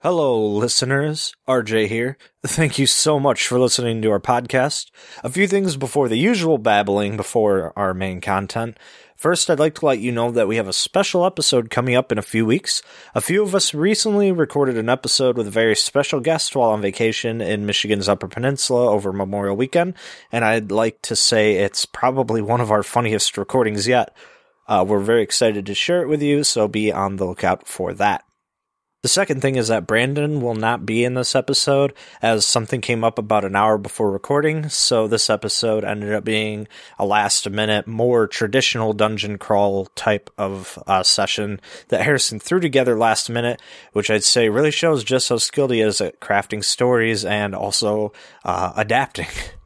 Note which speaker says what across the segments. Speaker 1: Hello, listeners. RJ here. Thank you so much for listening to our podcast. A few things before the usual babbling before our main content. First, I'd like to let you know that we have a special episode coming up in a few weeks. A few of us recently recorded an episode with a very special guest while on vacation in Michigan's Upper Peninsula over Memorial Weekend, and I'd like to say it's probably one of our funniest recordings yet. Uh, we're very excited to share it with you, so be on the lookout for that. The second thing is that Brandon will not be in this episode as something came up about an hour before recording, so this episode ended up being a last minute, more traditional dungeon crawl type of uh, session that Harrison threw together last minute, which I'd say really shows just how skilled he is at crafting stories and also uh, adapting.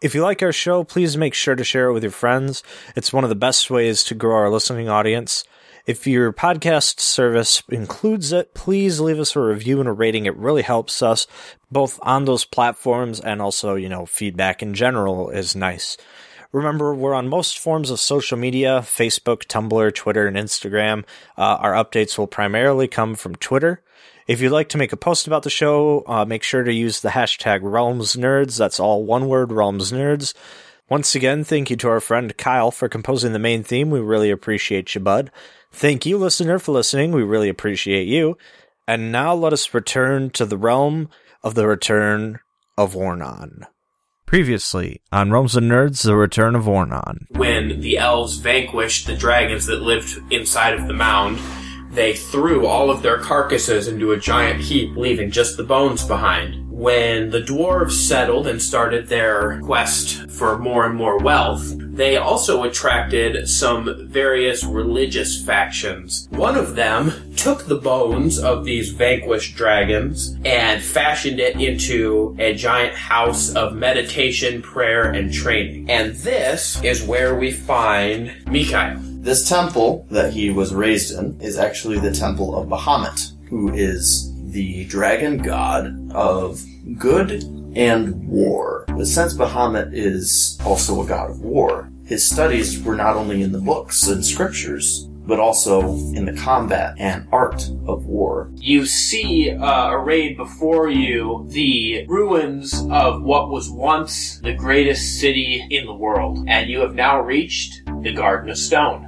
Speaker 1: If you like our show, please make sure to share it with your friends. It's one of the best ways to grow our listening audience. If your podcast service includes it, please leave us a review and a rating. It really helps us both on those platforms and also, you know, feedback in general is nice. Remember, we're on most forms of social media Facebook, Tumblr, Twitter, and Instagram. Uh, our updates will primarily come from Twitter. If you'd like to make a post about the show, uh, make sure to use the hashtag RealmsNerds. That's all one word, RealmsNerds. Once again, thank you to our friend Kyle for composing the main theme. We really appreciate you, bud. Thank you, listener, for listening. We really appreciate you. And now let us return to the realm of the return of Ornon. Previously on Realms and Nerds, the return of Ornon.
Speaker 2: when the elves vanquished the dragons that lived inside of the mound, they threw all of their carcasses into a giant heap, leaving just the bones behind. When the dwarves settled and started their quest for more and more wealth, they also attracted some various religious factions. One of them took the bones of these vanquished dragons and fashioned it into a giant house of meditation, prayer, and training. And this is where we find Mikhail.
Speaker 3: This temple that he was raised in is actually the temple of Bahamut, who is the dragon god of good and war. But since Bahamut is also a god of war, his studies were not only in the books and scriptures, but also in the combat and art of war.
Speaker 2: you see uh, arrayed before you the ruins of what was once the greatest city in the world, and you have now reached the Garden of Stone.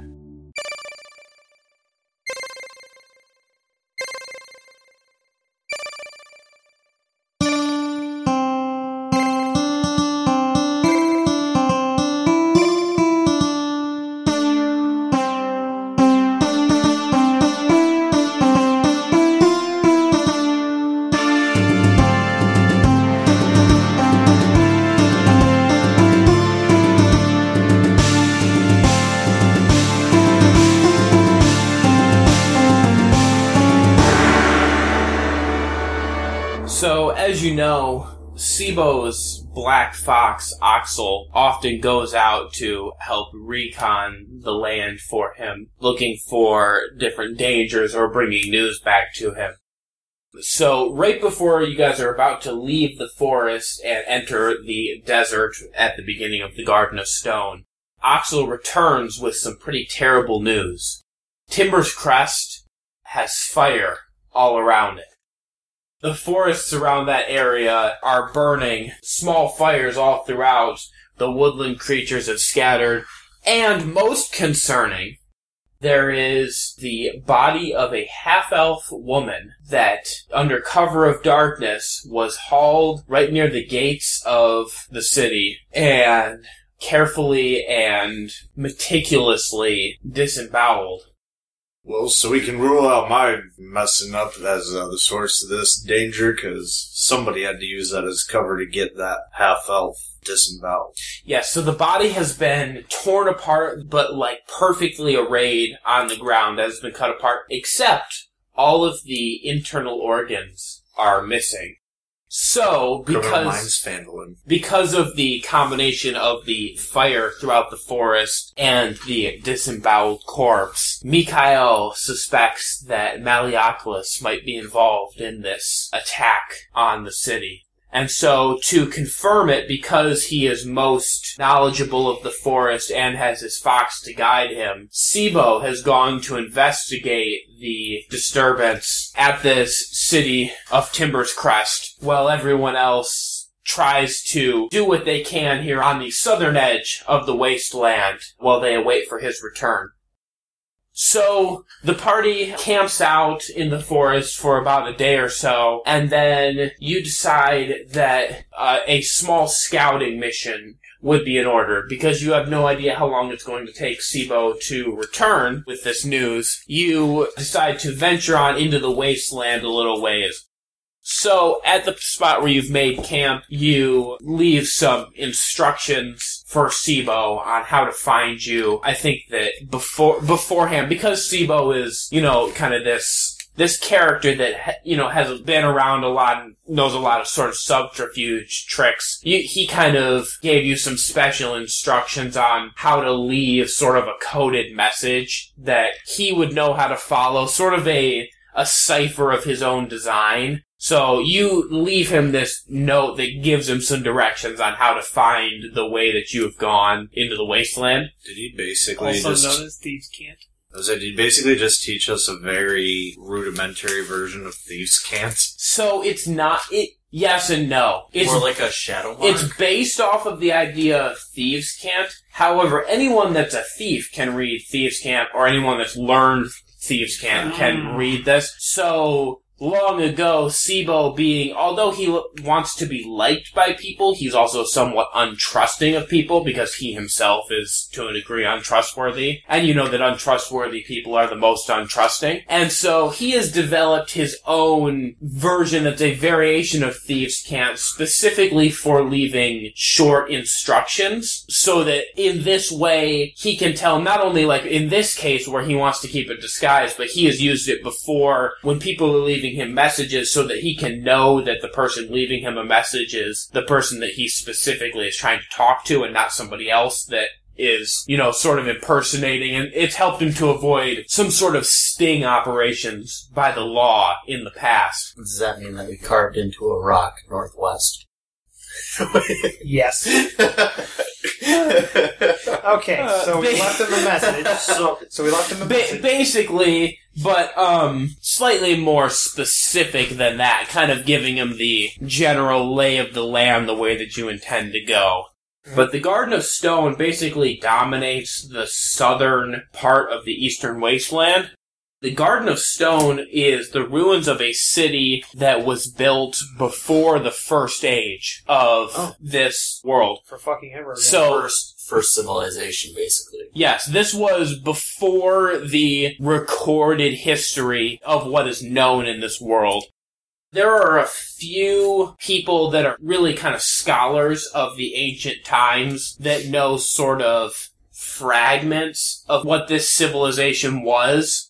Speaker 2: So, as you know, Sibo's black fox Oxel often goes out to help recon the land for him, looking for different dangers or bringing news back to him. So, right before you guys are about to leave the forest and enter the desert at the beginning of the Garden of Stone, Oxel returns with some pretty terrible news. Timber's Crest has fire all around it. The forests around that area are burning, small fires all throughout, the woodland creatures have scattered, and most concerning, there is the body of a half elf woman that, under cover of darkness, was hauled right near the gates of the city and carefully and meticulously disemboweled.
Speaker 4: Well, so we can rule out my messing up as uh, the source of this danger, because somebody had to use that as cover to get that half elf disemboweled.
Speaker 2: Yeah, so the body has been torn apart, but like perfectly arrayed on the ground that has been cut apart, except all of the internal organs are missing. So,
Speaker 4: Criminal
Speaker 2: because,
Speaker 4: minds fandolin.
Speaker 2: because of the combination of the fire throughout the forest and the disemboweled corpse, Mikhail suspects that Malioculus might be involved in this attack on the city. And so to confirm it, because he is most knowledgeable of the forest and has his fox to guide him, Sibo has gone to investigate the disturbance at this city of Timber's Crest while everyone else tries to do what they can here on the southern edge of the wasteland while they await for his return. So the party camps out in the forest for about a day or so, and then you decide that uh, a small scouting mission would be in order because you have no idea how long it's going to take Sibo to return with this news. You decide to venture on into the wasteland a little ways. So at the spot where you've made camp, you leave some instructions for Sibo on how to find you. I think that before beforehand, because Sibo is you know kind of this this character that you know has been around a lot and knows a lot of sort of subterfuge tricks. You, he kind of gave you some special instructions on how to leave sort of a coded message that he would know how to follow, sort of a a cipher of his own design. So you leave him this note that gives him some directions on how to find the way that you have gone into the wasteland.
Speaker 4: Did he basically
Speaker 5: Also
Speaker 4: just?
Speaker 5: known as Thieves Can't.
Speaker 4: I was like, did he basically just teach us a very rudimentary version of thieves' cant?
Speaker 2: So it's not it. Yes and no. It's
Speaker 5: More like a shadow mark.
Speaker 2: it's based off of the idea of thieves camp. However, anyone that's a thief can read thieves camp, or anyone that's learned thieves camp can read this. So long ago, Sibo being, although he l- wants to be liked by people, he's also somewhat untrusting of people because he himself is to a degree untrustworthy. And you know that untrustworthy people are the most untrusting. And so he has developed his own version that's a variation of Thieves Camp specifically for leaving short instructions so that in this way he can tell not only like in this case where he wants to keep it disguised, but he has used it before when people are leaving him messages so that he can know that the person leaving him a message is the person that he specifically is trying to talk to and not somebody else that is, you know, sort of impersonating and it's helped him to avoid some sort of sting operations by the law in the past.
Speaker 6: Does that mean that we carved into a rock northwest?
Speaker 5: Yes.
Speaker 7: Okay,
Speaker 2: Uh,
Speaker 7: so we
Speaker 2: they-
Speaker 7: left him a message. So, so we left him a
Speaker 2: Ba-
Speaker 7: message.
Speaker 2: basically, but um, slightly more specific than that, kind of giving him the general lay of the land the way that you intend to go. But the Garden of Stone basically dominates the southern part of the eastern wasteland. The Garden of Stone is the ruins of a city that was built before the first age of this world.
Speaker 7: for fucking ever. Again.
Speaker 2: So
Speaker 6: First, first civilization, basically.
Speaker 2: Yes, this was before the recorded history of what is known in this world. There are a few people that are really kind of scholars of the ancient times that know sort of fragments of what this civilization was.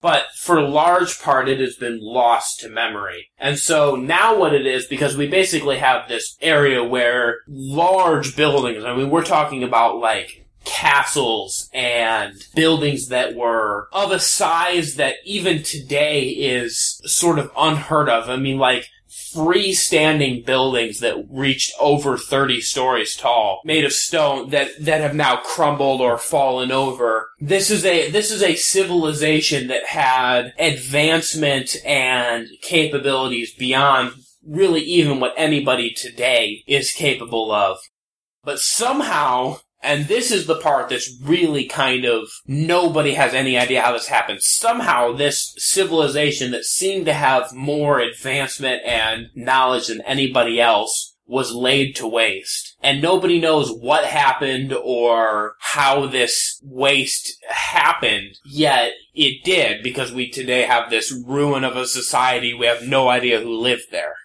Speaker 2: But for a large part, it has been lost to memory. And so now what it is, because we basically have this area where large buildings, I mean, we're talking about like castles and buildings that were of a size that even today is sort of unheard of. I mean, like, freestanding buildings that reached over 30 stories tall made of stone that that have now crumbled or fallen over this is a this is a civilization that had advancement and capabilities beyond really even what anybody today is capable of but somehow, and this is the part that's really kind of nobody has any idea how this happened. Somehow, this civilization that seemed to have more advancement and knowledge than anybody else was laid to waste. And nobody knows what happened or how this waste happened, yet it did because we today have this ruin of a society. We have no idea who lived there.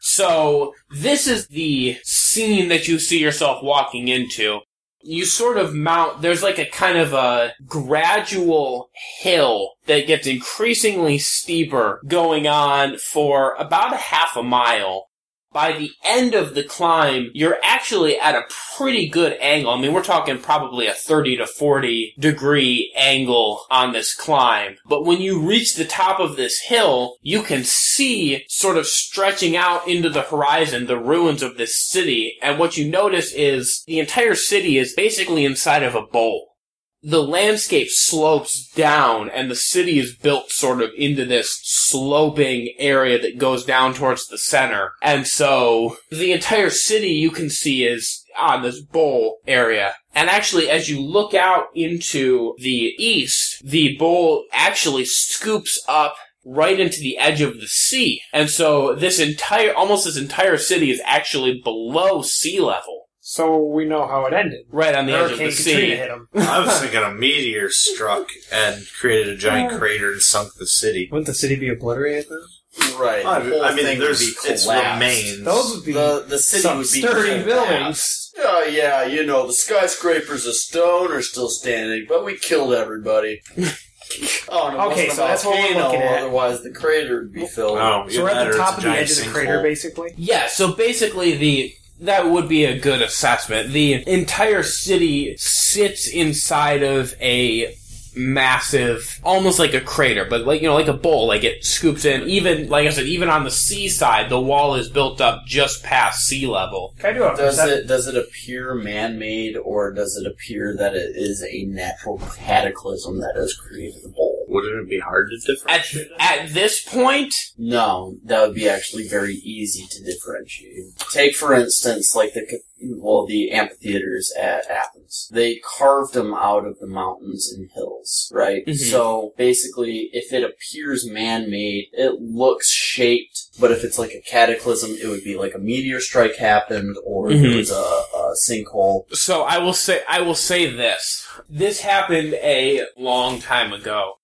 Speaker 2: So this is the scene that you see yourself walking into. You sort of mount, there's like a kind of a gradual hill that gets increasingly steeper going on for about a half a mile by the end of the climb, you're actually at a pretty good angle. I mean, we're talking probably a 30 to 40 degree angle on this climb. But when you reach the top of this hill, you can see sort of stretching out into the horizon the ruins of this city. And what you notice is the entire city is basically inside of a bowl the landscape slopes down and the city is built sort of into this sloping area that goes down towards the center. And so the entire city you can see is on this bowl area. And actually, as you look out into the east, the bowl actually scoops up right into the edge of the sea. And so this entire, almost this entire city is actually below sea level.
Speaker 5: So we know how it ended.
Speaker 2: Right on the edge
Speaker 5: Hurricane
Speaker 2: of the
Speaker 5: Katrina
Speaker 2: sea.
Speaker 5: hit him.
Speaker 4: I was thinking a meteor struck and created a
Speaker 2: Oh.
Speaker 4: giant crater and sunk the city.
Speaker 8: Wouldn't the city be obliterated then?
Speaker 6: Right.
Speaker 4: I,
Speaker 6: the whole
Speaker 4: I mean,
Speaker 6: thing
Speaker 4: there's
Speaker 6: would be
Speaker 4: its
Speaker 6: collapsed.
Speaker 4: remains.
Speaker 5: Those would be
Speaker 6: The the city
Speaker 5: some
Speaker 6: would be
Speaker 5: sturdy
Speaker 6: collapsed.
Speaker 5: buildings.
Speaker 6: Oh yeah, you know the skyscrapers of stone are still standing, but we killed everybody. oh no! it
Speaker 5: Okay,
Speaker 6: wasn't
Speaker 5: so
Speaker 6: a
Speaker 5: that's what we're
Speaker 6: volcano,
Speaker 5: looking at.
Speaker 6: Otherwise, the crater would be filled.
Speaker 4: oh,
Speaker 5: So we're at the top of the edge of the crater, basically.
Speaker 2: Yeah, so basically the that would be a good assessment. The entire city sits inside of a massive almost like a crater, but like you know, like a bowl, like it scoops in. Even like I said, even on the seaside, the wall is built up just past sea level.
Speaker 5: Can I do a
Speaker 6: Does
Speaker 5: percep-
Speaker 6: it does it appear man made, or does it appear that it is a natural cataclysm that has created the bowl?
Speaker 4: Wouldn't it be hard to
Speaker 2: At
Speaker 4: differentiate?
Speaker 2: at this point,
Speaker 6: No, that would be actually very easy to differentiate. Take for instance, like the ca- well, the amphitheaters at Athens. They carved them out of the mountains and hills, right?
Speaker 2: Mhm.
Speaker 6: So basically, if it appears man made, it looks shaped. But if it's like a cataclysm, it would be like a meteor strike happened, or
Speaker 2: Mhm.
Speaker 6: there was a, a sinkhole.
Speaker 2: so I will say I will say this. This happened a long time ago.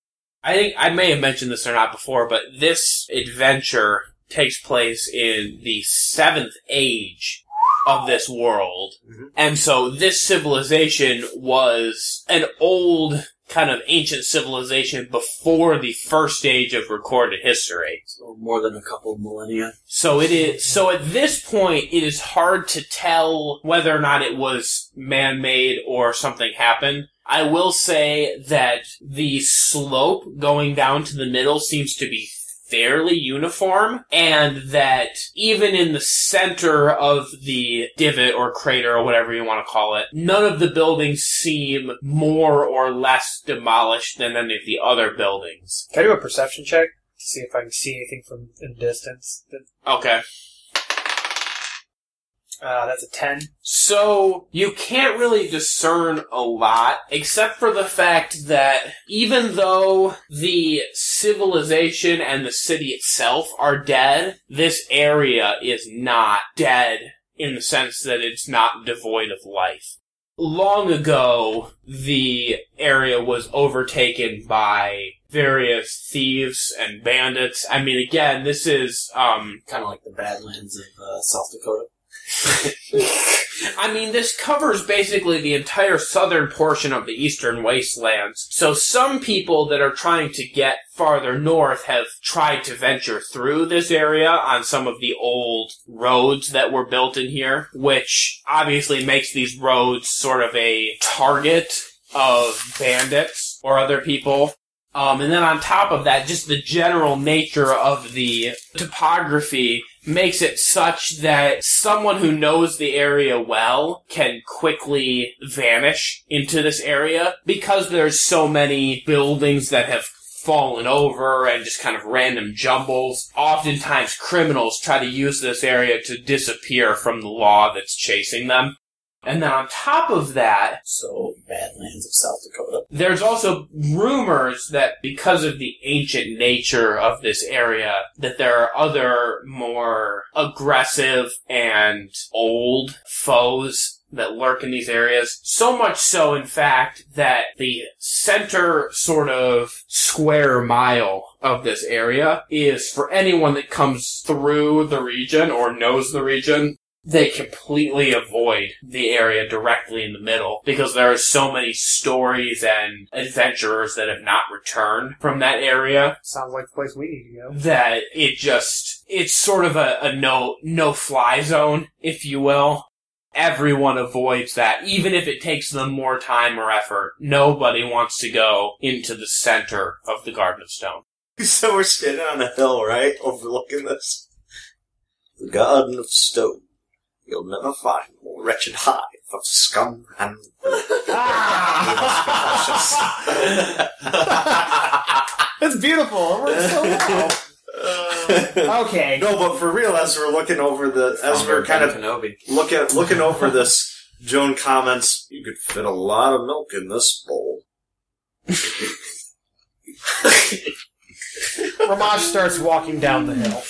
Speaker 2: I think I may have mentioned this or not before, but this adventure takes place in the seventh age of this world. And so this civilization was an old kind of ancient civilization before the first age of recorded history.
Speaker 6: So more than a couple of millennia.
Speaker 2: So it is. So at this point, it is hard to tell whether or not it was man-made or something happened. I will say that the slope going down to the middle seems to be fairly uniform, and that even in the center of the divot or crater or whatever you want to call it, none of the buildings seem more or less demolished than any of the other buildings.
Speaker 5: Can I do a perception check to see if I can see anything from in distance?
Speaker 2: Okay.
Speaker 5: Uh, that's a ten.
Speaker 2: So you can't really discern a lot, except for the fact that even though the civilization and the city itself are dead, this area is not dead in the sense that it's not devoid of life. Long ago, the area was overtaken by various thieves and bandits. I mean, again, this is, um,
Speaker 9: Kind of like the Badlands of uh, South Dakota.
Speaker 2: I mean, this covers basically the entire southern portion of the eastern wastelands. So some people that are trying to get farther north have tried to venture through this area on some of the old roads that were built in here, which obviously makes these roads sort of a target of bandits or other people. Um, and then on top of that, just the general nature of the topography makes it such that someone who knows the area well can quickly vanish into this area because there's so many buildings that have fallen over and just kind of random jumbles. Oftentimes criminals try to use this area to disappear from the law that's chasing them. And then on top of that,
Speaker 9: So, Badlands of South Dakota.
Speaker 2: there's also rumors that because of the ancient nature of this area, that there are other more aggressive and old foes that lurk in these areas. So much so, in fact, that the center sort of square mile of this area is for anyone that comes through the region or knows the region, they completely avoid the area directly in the middle because there are so many stories and adventurers that have not returned from that area
Speaker 5: Sounds like the place we need to go.
Speaker 2: that it just it's sort of a, a no no fly zone, if you will. Everyone avoids that, even if it takes them more time or effort. Nobody wants to go into the center of the Garden of Stone.
Speaker 4: So we're standing on a hill, right, overlooking this. The garden of stone. You'll never find more wretched hive of scum and Ah!
Speaker 7: That's beautiful. It works so well. Okay.
Speaker 4: No, but for real, as we're looking over the, as we're kind of
Speaker 3: Kenobi.
Speaker 4: looking looking over this, Joan comments, "You could fit a lot of milk in this bowl."
Speaker 7: Ramaj starts walking down the hill.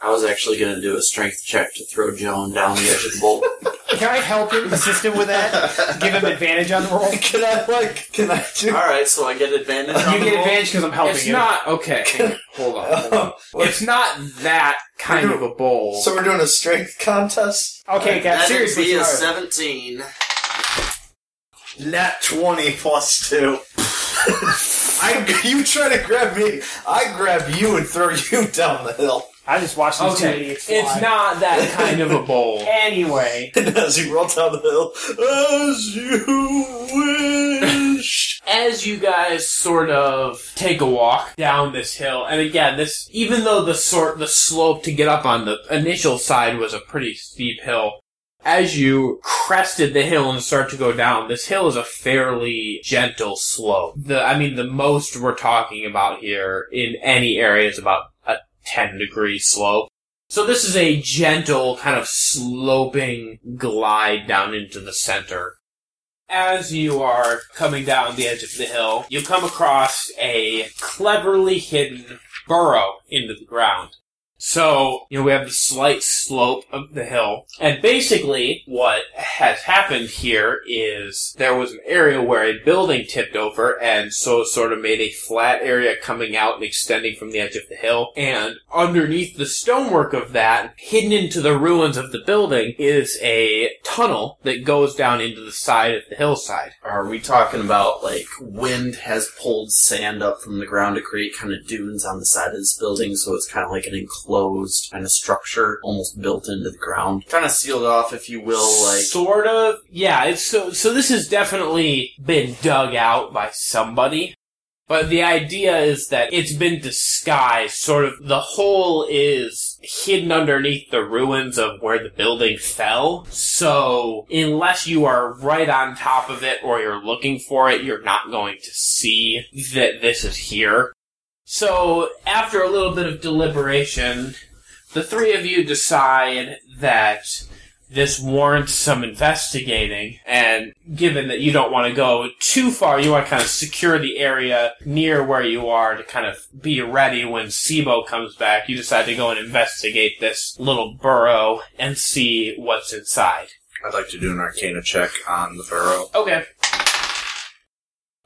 Speaker 6: I was actually going to do a strength check to throw Joan down the edge of the bowl.
Speaker 7: Can I help him, assist him with that? Give him advantage on the roll?
Speaker 3: Can I like? Can I do?
Speaker 6: All right, so I get advantage. on
Speaker 7: You
Speaker 6: the
Speaker 7: get
Speaker 6: roll?
Speaker 7: advantage because I'm helping
Speaker 2: It's
Speaker 7: you.
Speaker 2: not okay. hang on, Hold on. Hold on. It's not that kind of a bowl.
Speaker 3: So we're doing a strength contest.
Speaker 7: okay, guys,
Speaker 6: That'd
Speaker 7: seriously.
Speaker 6: be a
Speaker 7: sorry.
Speaker 6: seventeen.
Speaker 4: Nat twenty plus two. I, you try to grab me, I grab you and throw you down the hill.
Speaker 7: I just watched these two
Speaker 2: okay,
Speaker 7: idiots
Speaker 2: it's
Speaker 7: fly.
Speaker 2: not that kind of a bowl.
Speaker 7: Anyway,
Speaker 4: And as you roll down the hill, as you wish.
Speaker 2: as you guys sort of take a walk down this hill, and again, this even though the sort the slope to get up on the initial side was a pretty steep hill, as you crested the hill and start to go down, this hill is a fairly gentle slope. The I mean, the most we're talking about here in any area is about a ten degree slope. So this is a gentle kind of sloping glide down into the center as you are coming down the edge of the hill, you come across a cleverly hidden burrow into the ground. So, you know, we have the slight slope of the hill. And basically, what has happened here is there was an area where a building tipped over and so it sort of made a flat area coming out and extending from the edge of the hill. And underneath the stonework of that, hidden into the ruins of the building, is a tunnel that goes down into the side of the hillside.
Speaker 6: Are we talking about like wind has pulled sand up from the ground to create kind of dunes on the side of this building, so it's kind of like an enclosed kind of structure almost built into the ground, kind of sealed off, if you will. Like
Speaker 2: sort of yeah it's so so this has definitely been dug out by somebody but the idea is that it's been disguised sort of the hole is hidden underneath the ruins of where the building fell so unless you are right on top of it or you're looking for it you're not going to see that this is here so after a little bit of deliberation the three of you decide that this warrants some investigating, and given that you don't want to go too far, you want to kind of secure the area near where you are to kind of be ready when SIBO comes back. You decide to go and investigate this little burrow and see what's inside.
Speaker 4: I'd like to do an Arcana check on the burrow.
Speaker 2: Okay.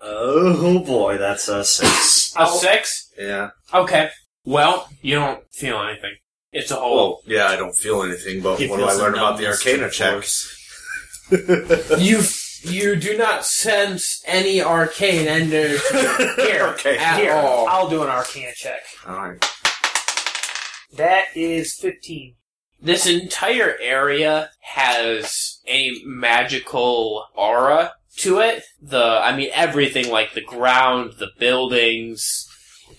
Speaker 4: Oh boy, that's a six.
Speaker 2: A six?
Speaker 4: Yeah.
Speaker 2: Okay. Well, you don't feel anything. It's a hole.
Speaker 4: Well, yeah, I don't feel anything, but
Speaker 6: He
Speaker 4: what do I
Speaker 6: feels
Speaker 4: learn about the
Speaker 6: numbness to
Speaker 4: Arcana
Speaker 6: the
Speaker 4: check?
Speaker 6: force.
Speaker 2: you you do not sense any arcane ender here
Speaker 4: Arcane.
Speaker 2: at
Speaker 7: here,
Speaker 2: all.
Speaker 7: I'll do an arcana check.
Speaker 4: Alright.
Speaker 7: That is 15.
Speaker 2: This entire area has a magical aura to it. The, I mean, everything like the ground, the buildings,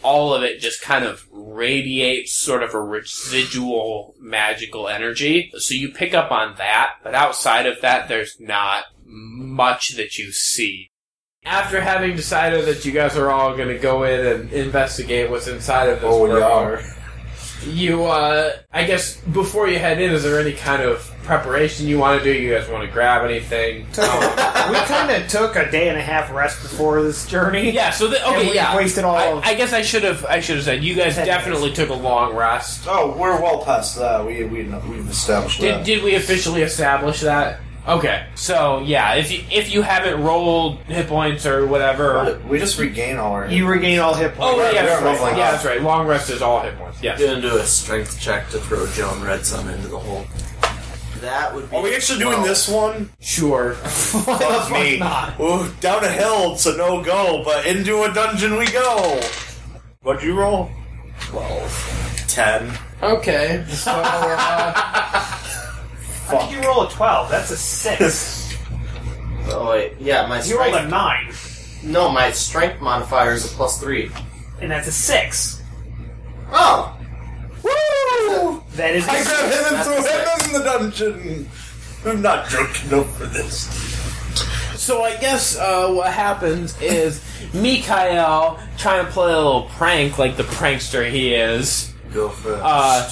Speaker 2: all of it just kind of radiates sort of a residual magical energy. So you pick up on that, but outside of that, there's not much that you see. After having decided that you guys are all going to go in and investigate what's inside of this
Speaker 4: Oh, yeah.
Speaker 2: burrow, you, uh, I guess before you head in, is there any kind of preparation you want to do? You guys want to grab anything? Um,
Speaker 7: we kind of took a day and a half rest before this journey.
Speaker 2: yeah. So the,
Speaker 7: and
Speaker 2: okay,
Speaker 7: we
Speaker 2: yeah.
Speaker 7: wasted all
Speaker 2: I,
Speaker 7: of
Speaker 2: I guess I should have. I should have said you guys
Speaker 7: Ten minutes.
Speaker 2: definitely took a long rest.
Speaker 4: Oh, we're well past that. We we we've established
Speaker 2: Did, did we officially establish that? Okay, so yeah, if you if you haven't rolled hit points or whatever,
Speaker 4: that. We just regain all our.
Speaker 7: You regain all hit
Speaker 2: oh
Speaker 7: points.
Speaker 2: yeah, that's
Speaker 4: we're
Speaker 2: right.
Speaker 4: rolling
Speaker 2: yeah,
Speaker 4: up.
Speaker 2: that's right. Long rest is all hit points. Yes.
Speaker 6: I'm gonna do a strength check to throw Joan Redsum into the hole. That would be.
Speaker 4: Are we actually doing
Speaker 6: Well,
Speaker 4: this one?
Speaker 2: Sure.
Speaker 4: Fuck me. Ooh, down a hill, it's a no go, but into a dungeon we go. What'd you roll? Twelve. Ten.
Speaker 2: Okay. So, uh,
Speaker 7: Oh, I think you roll a 12. That's a 6.
Speaker 3: Oh wait, yeah, my
Speaker 7: you rolled a
Speaker 3: strength.
Speaker 7: 9,
Speaker 3: No, my strength modifier is a plus three.
Speaker 7: and that's a 6.
Speaker 3: Oh,
Speaker 7: That is
Speaker 4: I grabbed him and
Speaker 3: That's
Speaker 4: threw
Speaker 3: a
Speaker 4: him
Speaker 3: six.
Speaker 4: in the dungeon. I'm not drunk enough for this.
Speaker 2: so I guess uh, what happens is Mikael trying to play a little prank, like the prankster he is,
Speaker 4: Go for
Speaker 2: uh,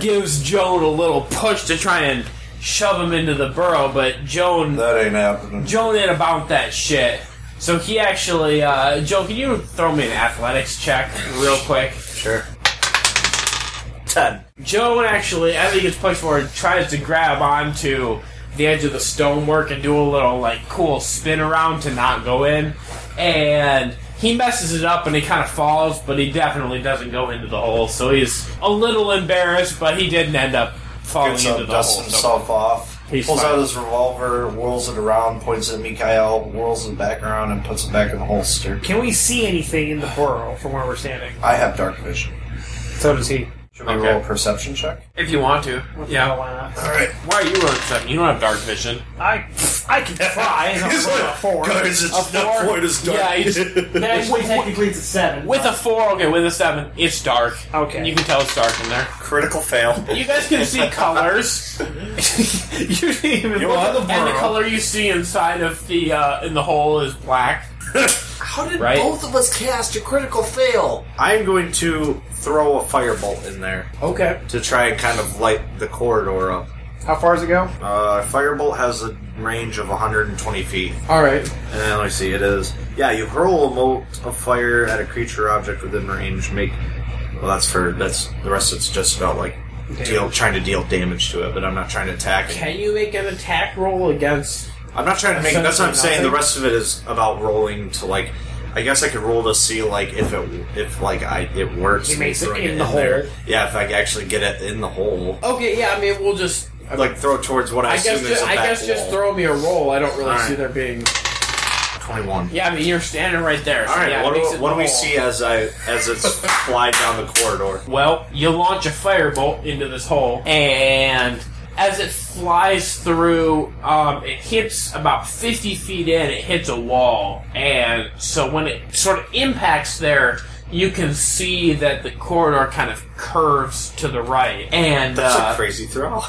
Speaker 2: gives Joan a little push to try and shove him into the burrow, but Joan
Speaker 4: that ain't happening.
Speaker 2: Joan ain't about that shit. So he actually, uh, Joe, can you throw me an athletics check real quick?
Speaker 4: Sure.
Speaker 3: ten.
Speaker 2: Joan actually, as he gets pushed forward, tries to grab onto the edge of the stonework and do a little like cool spin around to not go in, and he messes it up and he kind of falls, but he definitely doesn't go into the hole. So he's a little embarrassed, but he didn't end up falling
Speaker 4: Gets
Speaker 2: into the
Speaker 4: up,
Speaker 2: hole.
Speaker 4: dusts
Speaker 2: So
Speaker 4: himself off.
Speaker 2: He's
Speaker 4: pulls
Speaker 2: fine.
Speaker 4: out his revolver, whirls it around, points it at Mikhail, whirls it back around, and puts it back in the holster.
Speaker 7: Can we see anything in the burrow from where we're standing?
Speaker 4: I have dark vision.
Speaker 7: So does he.
Speaker 4: Should we
Speaker 2: Okay.
Speaker 4: roll a perception check?
Speaker 2: if you want to, yeah.
Speaker 7: Why not?
Speaker 4: All right.
Speaker 2: Why are you rolling seven? You don't have dark vision.
Speaker 7: I I can try. and I'll
Speaker 4: He's
Speaker 7: roll
Speaker 4: like,
Speaker 7: a four.
Speaker 4: Guys, it's
Speaker 2: A
Speaker 4: not
Speaker 2: four?
Speaker 4: quite as dark.
Speaker 2: Yeah, he's-
Speaker 7: That
Speaker 2: with-
Speaker 7: technically it's a seven.
Speaker 2: With a four, okay, with a seven, it's dark.
Speaker 7: Okay.
Speaker 2: You can tell it's dark in there.
Speaker 4: Critical fail.
Speaker 2: You guys can see colors. you didn't even
Speaker 4: You're
Speaker 2: look-
Speaker 4: on the
Speaker 2: and the
Speaker 4: burrow.
Speaker 2: color you see inside of the uh, in the hole is black.
Speaker 3: How did
Speaker 2: Right.
Speaker 3: both of us cast a critical fail?
Speaker 4: I'm going to throw a firebolt in there
Speaker 7: okay.
Speaker 4: to try and kind of light the corridor up.
Speaker 7: How far does it go?
Speaker 4: Uh, firebolt has a range of 120 feet.
Speaker 2: All right.
Speaker 4: And let me see, it is. Yeah, you hurl a bolt of fire at a creature or object within range. Make. Well, that's for. That's the rest. It's just about like deal trying to deal damage to it, but I'm not trying to attack. it.
Speaker 2: Can you make an attack roll against?
Speaker 4: I'm not trying to make. That's what I'm
Speaker 2: Essentially
Speaker 4: saying. The
Speaker 2: nothing.
Speaker 4: rest of it is about rolling to like. I guess I could roll to see like if it if like I it works.
Speaker 7: He
Speaker 4: and
Speaker 7: makes it
Speaker 4: throwing
Speaker 7: in the hole.
Speaker 4: there. Yeah, if I can actually get it in the hole,
Speaker 2: Okay, yeah. I mean, we'll just.
Speaker 4: like throw it towards what I,
Speaker 2: I
Speaker 4: assume
Speaker 2: guess.
Speaker 4: is
Speaker 2: Just,
Speaker 4: a
Speaker 2: I
Speaker 4: back
Speaker 2: guess just
Speaker 4: wall.
Speaker 2: throw me a roll. I don't really
Speaker 4: All
Speaker 2: see
Speaker 4: right.
Speaker 2: there being.
Speaker 4: twenty-one.
Speaker 2: Yeah, I mean, you're standing right there. So
Speaker 4: All right,
Speaker 2: yeah, it
Speaker 4: what,
Speaker 2: makes it
Speaker 4: do,
Speaker 2: in
Speaker 4: what
Speaker 2: the
Speaker 4: do we
Speaker 2: hole.
Speaker 4: see as I as it's fly down the corridor?
Speaker 2: Well, you launch a firebolt into this hole, and as it flies through, um, it hits about 50 feet in, it hits a wall. And so when it sort of impacts there, you can see that the corridor kind of curves to the right. And
Speaker 4: That's a
Speaker 2: uh,
Speaker 4: crazy throw.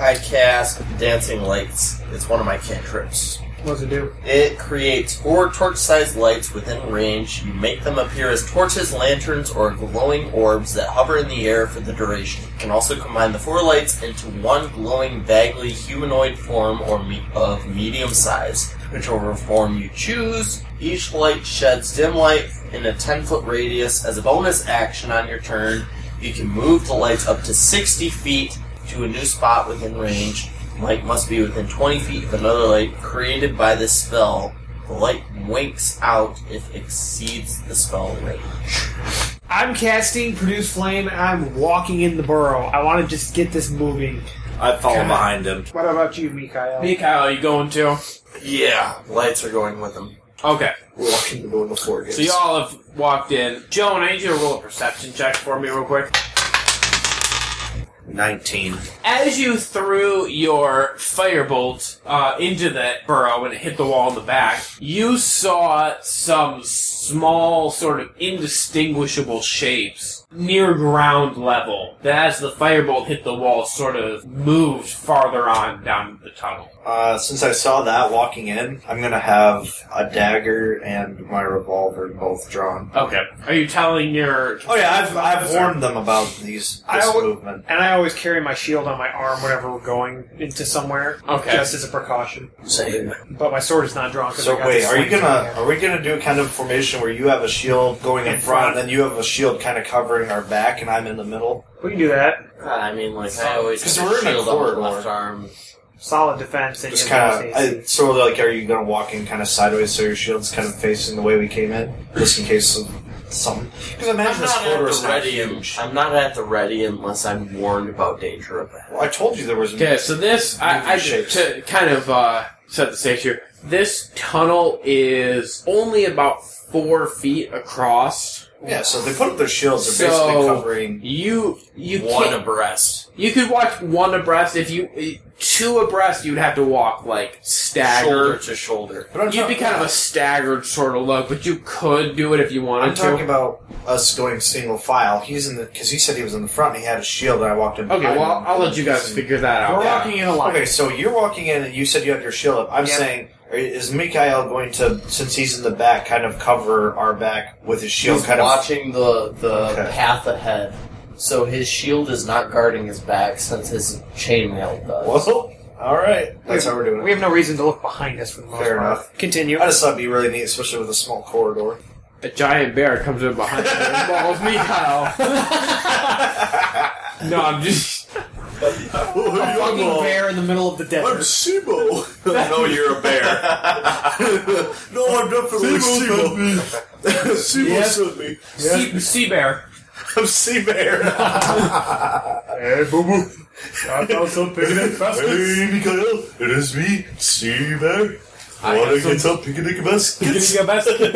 Speaker 3: I cast dancing lights. It's one of my cantrips.
Speaker 7: What does it do?
Speaker 3: It creates four torch-sized lights within range. You make them appear as torches, lanterns, or glowing orbs that hover in the air for the duration. You can also combine the four lights into one glowing, vaguely humanoid form or me- of medium size. Whichever form you choose, each light sheds dim light in a 10-foot radius. As a bonus action on your turn, you can move the lights up to 60 feet to a new spot within range. Light must be within 20 feet of another light created by this spell. The light winks out if exceeds the spell range.
Speaker 7: I'm casting produce flame and I'm walking in the burrow. I want to just get this moving.
Speaker 4: I follow behind him.
Speaker 7: What about you, Mikhail?
Speaker 2: Mikhail, you going to?
Speaker 3: Yeah, lights are going with them.
Speaker 2: Okay,
Speaker 3: We're walking the moon before it
Speaker 2: so y'all have walked in. Joan, I need you to roll a perception check for me real quick.
Speaker 4: Nineteen.
Speaker 2: As you threw your firebolt uh, into the burrow and it hit the wall in the back, you saw some small, sort of indistinguishable shapes near ground level that, as the firebolt hit the wall, sort of moved farther on down the tunnel.
Speaker 4: Uh, since I saw that walking in, I'm gonna have a dagger and my revolver both drawn.
Speaker 2: Okay. Are you telling your.
Speaker 4: Oh yeah, I've I've warned them about these this
Speaker 7: I al-
Speaker 4: movement.
Speaker 7: And I always carry my shield on my arm whenever we're going into somewhere,
Speaker 2: Okay.
Speaker 7: just as a precaution.
Speaker 3: Same.
Speaker 6: Uh,
Speaker 7: But my sword is not drawn. 'cause
Speaker 4: So
Speaker 7: I got
Speaker 4: wait,
Speaker 7: the
Speaker 4: are you
Speaker 7: slings on
Speaker 4: gonna
Speaker 7: there.
Speaker 4: are we gonna do a kind of formation where you have a shield going in,
Speaker 7: In front.
Speaker 4: front, and then you have a shield kind of covering our back, and I'm in the middle?
Speaker 7: We can do that.
Speaker 3: I mean, like, I always
Speaker 4: 'Cause
Speaker 3: have
Speaker 4: we're in a
Speaker 3: shield on my
Speaker 4: corridor.
Speaker 3: left arm.
Speaker 7: Solid defense. And
Speaker 4: Just
Speaker 7: you have
Speaker 4: kind
Speaker 7: bonus AC.
Speaker 4: of so like, are you gonna walk in kind of sideways so your shield's kind of facing the way we came in, just in case of some. Because imagine
Speaker 6: I'm
Speaker 4: this
Speaker 6: not
Speaker 4: photo
Speaker 6: at
Speaker 4: is
Speaker 6: the
Speaker 4: not
Speaker 6: ready.
Speaker 4: huge.
Speaker 6: I'm not at the ready unless I'm warned about danger up ahead.
Speaker 4: Well, I told you there was.
Speaker 2: Okay, so this I, I
Speaker 4: Shapes.
Speaker 2: to kind of uh, set the stage here. This tunnel is only about four feet across.
Speaker 4: Yeah, so they put up their shields. They're
Speaker 2: So-
Speaker 4: basically covering.
Speaker 2: You you
Speaker 6: One
Speaker 2: can't-
Speaker 6: abreast.
Speaker 2: You could walk one abreast. If you two abreast, you'd have to walk like
Speaker 6: Shoulder
Speaker 2: stagger.
Speaker 6: to shoulder.
Speaker 4: But I'm
Speaker 2: You'd be
Speaker 4: talking-
Speaker 2: kind of a staggered sort of look, but you could do it if you wanted
Speaker 4: I'm talking
Speaker 2: to.
Speaker 4: about us going single file. He's in the because he said he was in the front. and He had a shield, and I walked in.
Speaker 2: Okay,
Speaker 4: behind
Speaker 2: well I'll,
Speaker 4: him.
Speaker 2: I'll let you guys
Speaker 4: And-
Speaker 2: figure that out.
Speaker 7: We're
Speaker 4: Yeah.
Speaker 7: walking in a line.
Speaker 4: Okay, so you're walking in, and you said you had your shield up. I'm
Speaker 7: Yep.
Speaker 4: saying, are- is Mikhail going to, since he's in the back, kind of cover our back with his shield?
Speaker 6: He's
Speaker 4: kind
Speaker 6: watching the the
Speaker 4: Okay.
Speaker 6: path ahead. So his shield is not guarding his back since his chainmail does.
Speaker 4: of. Well, all right, that's how we're doing.
Speaker 7: We
Speaker 4: it.
Speaker 7: have no reason to look behind us for the most
Speaker 4: Fair
Speaker 7: part.
Speaker 4: enough.
Speaker 7: Continue.
Speaker 4: I just thought it'd be really neat, especially with a small corridor.
Speaker 2: A giant bear comes in behind you and mauls me, Kyle. no, I'm just.
Speaker 7: fucking bear in the middle of the desert.
Speaker 4: Sibo. no, you're a bear. no, I'm definitely Sibo. Sibo
Speaker 2: Yes.
Speaker 4: sent me.
Speaker 2: Sea, sea bear.
Speaker 4: I'm Sea Bear.
Speaker 10: Hey, boo boo. I found some picnic baskets.
Speaker 4: Hey, Mikhail, it is me, Sea Bear.
Speaker 2: I
Speaker 4: Wanna
Speaker 2: got
Speaker 4: get some picnic baskets?
Speaker 2: Getting a basket.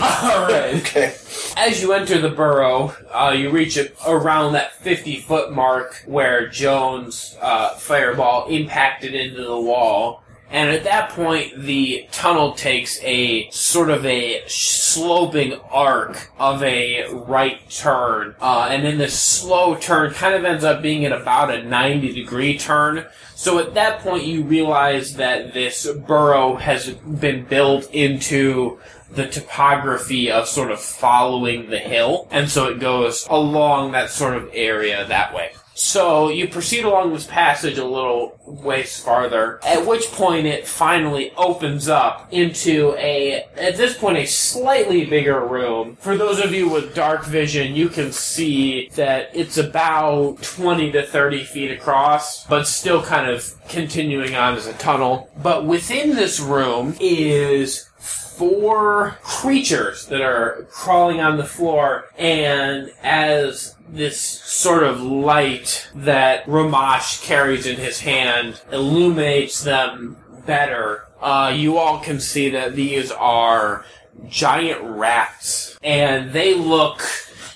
Speaker 2: All right.
Speaker 4: Okay.
Speaker 2: As you enter the burrow, uh, you reach it around that 50 foot mark where Jones' uh, fireball impacted into the wall. And at that point, the tunnel takes a sort of a sloping arc of a right turn. Uh, and then this slow turn kind of ends up being at about a 90 degree turn. So at that point, you realize that this burrow has been built into the topography of sort of following the hill, and so it goes along that sort of area that way. So you proceed along this passage a little ways farther, at which point it finally opens up into a, at this point, a slightly bigger room. For those of you with dark vision, you can see that it's about 20 to 30 feet across, but still kind of continuing on as a tunnel. But within this room is four creatures that are crawling on the floor, and as this sort of light that Ramash carries in his hand illuminates them better, uh, you all can see that these are giant rats, and they look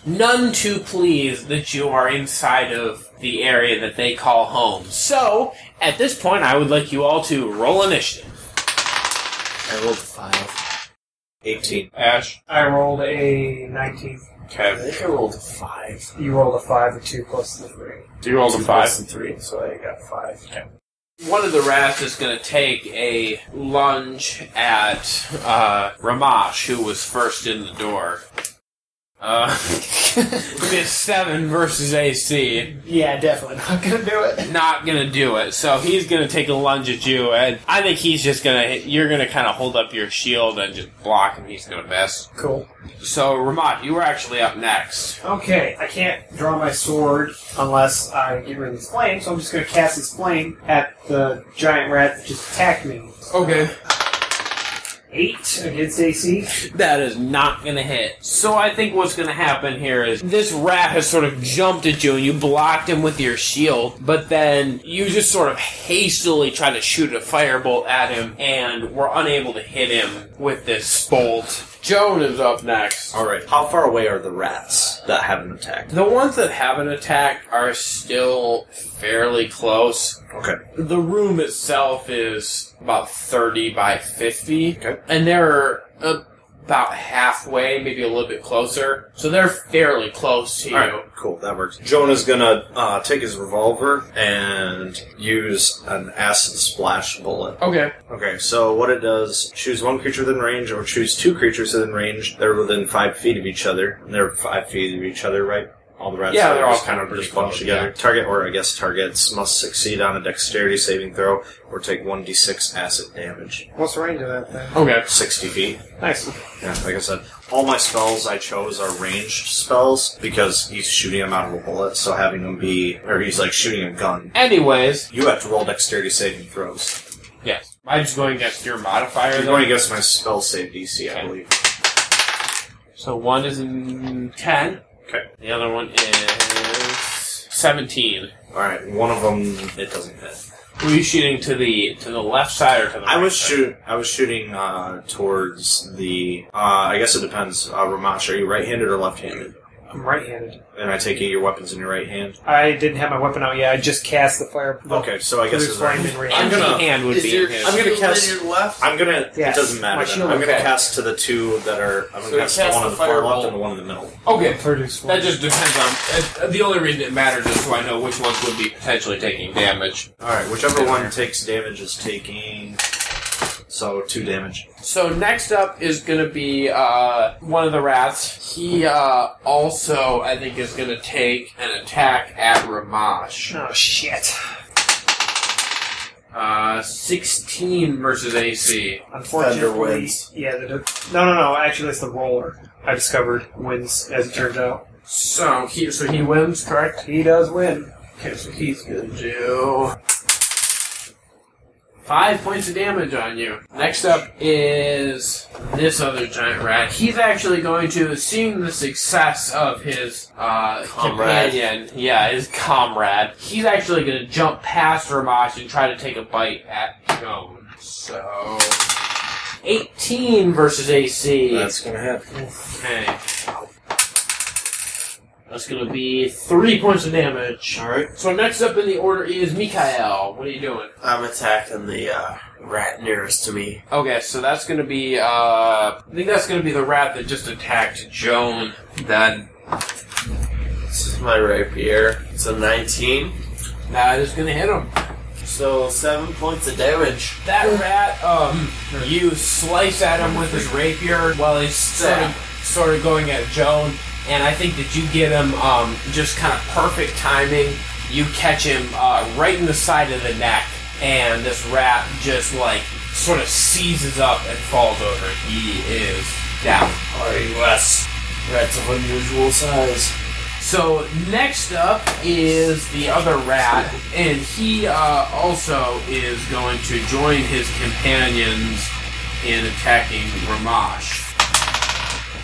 Speaker 2: none too pleased that you are inside of the area that they call home. So, at this point, I would like you all to roll initiative.
Speaker 6: I rolled a five.
Speaker 4: 18.
Speaker 2: Ash.
Speaker 5: I rolled a 19.
Speaker 6: I
Speaker 2: Okay.
Speaker 6: think I rolled a five.
Speaker 5: You rolled a 5 or 2 plus the 3.
Speaker 2: Do you roll the
Speaker 6: Two
Speaker 2: five?
Speaker 6: plus the three, so I got five.
Speaker 2: One of the rats is going to take a lunge at uh, Ramash, who was first in the door. Uh, miss seven versus AC.
Speaker 7: Yeah, definitely not gonna do it.
Speaker 2: Not going to do it. So he's going to take a lunge at you, and I think he's just going to. You're going to kind of hold up your shield and just block, and he's going to miss.
Speaker 7: Cool.
Speaker 2: So Ramash, you were actually up next.
Speaker 7: Okay, I can't draw my sword unless I get rid of this flame, so I'm just gonna cast this flame at the giant rat that just attacked me.
Speaker 2: Okay.
Speaker 7: Eight against AC.
Speaker 2: That is not going to hit. So I think what's going to happen here is this rat has sort of jumped at you and you blocked him with your shield, but then you just sort of hastily try to shoot a firebolt at him and were unable to hit him with this bolt. Joan is up next.
Speaker 4: All right.
Speaker 3: How far away are the rats that haven't attacked?
Speaker 2: The ones that haven't attacked are still fairly close.
Speaker 4: Okay.
Speaker 2: The room itself is about 30 by 50.
Speaker 4: Okay.
Speaker 2: And they're uh, about halfway, maybe a little bit closer. So they're fairly close to you.
Speaker 4: All right. Cool. That works. Jonah's gonna uh, take his revolver and use an acid splash bullet.
Speaker 2: Okay.
Speaker 4: Okay. So what it does: choose one creature within range, or choose two creatures within range. They're within five feet of each other. And they're five feet of each other, right? All the rats.
Speaker 2: Yeah,
Speaker 4: are
Speaker 2: they're all
Speaker 4: just-
Speaker 2: kind of pretty
Speaker 4: just bunched
Speaker 2: close,
Speaker 4: together. Target, or I guess targets, must succeed on a dexterity saving throw or take one d6 acid damage.
Speaker 7: What's the range of that thing?
Speaker 2: Okay.
Speaker 4: Sixty feet.
Speaker 7: Nice.
Speaker 4: Yeah, like I said, all my spells I chose are ranged spells because he's shooting them out of a bullet, so having them be, or he's like shooting a gun.
Speaker 2: Anyways,
Speaker 4: You have to roll dexterity saving throws.
Speaker 2: yes. I'm just going against your modifier.
Speaker 4: You're
Speaker 2: though.
Speaker 4: going against my spell save DC, I believe.
Speaker 2: So one is in 10.
Speaker 4: Okay.
Speaker 2: The other one is 17.
Speaker 4: Alright, one of them, it doesn't hit.
Speaker 2: Were you shooting to the to the left side or to the right
Speaker 4: I was
Speaker 2: side?
Speaker 4: shoot. I was shooting uh, towards the. Uh, I guess it depends. Uh, Ramash, are you right-handed or left-handed?
Speaker 5: I'm right-handed.
Speaker 4: And I take it your weapons in your right hand.
Speaker 5: I didn't have my weapon out yet. I just cast the fire. the
Speaker 4: Okay, so I guess
Speaker 5: clear
Speaker 4: it's
Speaker 5: flame
Speaker 4: right.
Speaker 5: in range.
Speaker 4: I'm gonna-
Speaker 2: hand would
Speaker 6: Is
Speaker 2: be
Speaker 6: your-
Speaker 2: in his.
Speaker 4: I'm gonna
Speaker 6: shield in
Speaker 4: cast-
Speaker 6: your left?
Speaker 4: I'm gonna.
Speaker 5: Yes.
Speaker 4: It doesn't matter.
Speaker 5: My
Speaker 4: Then.
Speaker 5: shield
Speaker 4: I'm gonna
Speaker 2: effect.
Speaker 4: cast to the two that are. I'm gonna
Speaker 2: So cast
Speaker 4: cast, the one
Speaker 2: the
Speaker 4: on the far
Speaker 2: fireball.
Speaker 4: left and the one in the middle.
Speaker 2: Okay.
Speaker 5: Produce flame.
Speaker 2: That just depends on. Uh, the only reason it matters is so I know which ones would be potentially taking damage.
Speaker 4: All right, whichever one takes damage is taking. So two damage.
Speaker 2: So next up is going to be uh, one of the rats. He uh, also, I think, is going to take an attack at Ramash.
Speaker 5: Oh shit!
Speaker 2: Uh, 16 versus AC.
Speaker 5: Unfortunately,
Speaker 3: Thunder wins.
Speaker 5: yeah. The, no, no, no. Actually, it's the roller. I discovered wins as it turns out.
Speaker 2: So he, so he wins, correct?
Speaker 5: He does win.
Speaker 2: Okay, so he's going to do five points of damage on you. Next up is this other giant rat. He's actually going to, seeing the success of his uh,
Speaker 6: Comrade.
Speaker 2: companion, yeah, his comrade, he's actually going to jump past Ramash and try to take a bite at Joan. So. 18 versus AC.
Speaker 4: gonna hit.
Speaker 2: Okay. That's gonna be three points of damage.
Speaker 6: All right.
Speaker 2: So next up in the order is Mikael. What are you doing?
Speaker 6: I'm attacking the uh, rat nearest to me.
Speaker 2: Okay, so that's gonna be uh I think that's gonna be the rat that just attacked Joan. Then
Speaker 6: This is my rapier. It's a 19.
Speaker 2: that is gonna hit him.
Speaker 6: So seven points of damage.
Speaker 2: That rat, um you slice at him with his rapier while he's sort of sort of going at Joan, and I think that you get him um just kind of perfect timing. You catch him uh, right in the side of the neck, and this rat just like sort of seizes up and falls over. He is down.
Speaker 6: R.U.S. Rats of unusual size.
Speaker 2: So next up is the other rat, and he uh, also is going to join his companions in attacking Ramash.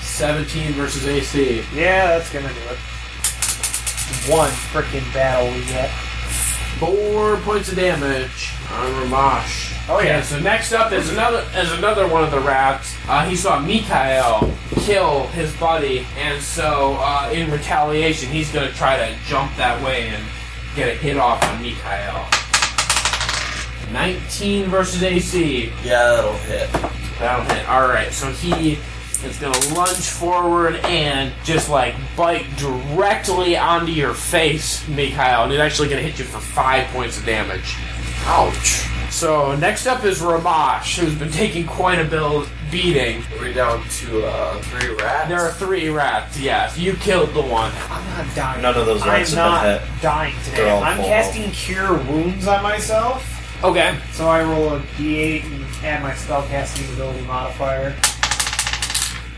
Speaker 2: 17 versus AC.
Speaker 5: Yeah, that's gonna do it. One freaking battle we get.
Speaker 2: Four points of damage on Ramash.
Speaker 5: Oh, yeah.
Speaker 2: And so next up is another is another one of the rats. Uh, he saw Mikael kill his buddy, and so uh, in retaliation, he's going to try to jump that way and get a hit off on Mikael. 19 versus AC.
Speaker 6: Yeah, that'll hit.
Speaker 2: That'll hit. All right, so he is going to lunge forward and just like bite directly onto your face, Mikhail, and it's actually going to hit you for five points of damage. Ouch. So next up is Ramash, who's been taking quite a build beating.
Speaker 6: We're down to uh, three rats.
Speaker 2: There are three rats. Yes, you killed the one.
Speaker 5: I'm not dying.
Speaker 4: None of those rats
Speaker 5: I'm
Speaker 4: have been
Speaker 5: not dying today.
Speaker 4: They're all
Speaker 5: I'm
Speaker 4: full
Speaker 5: casting Cure Wounds on myself,
Speaker 2: Okay.
Speaker 5: so I roll a d8 and add my spellcasting ability modifier.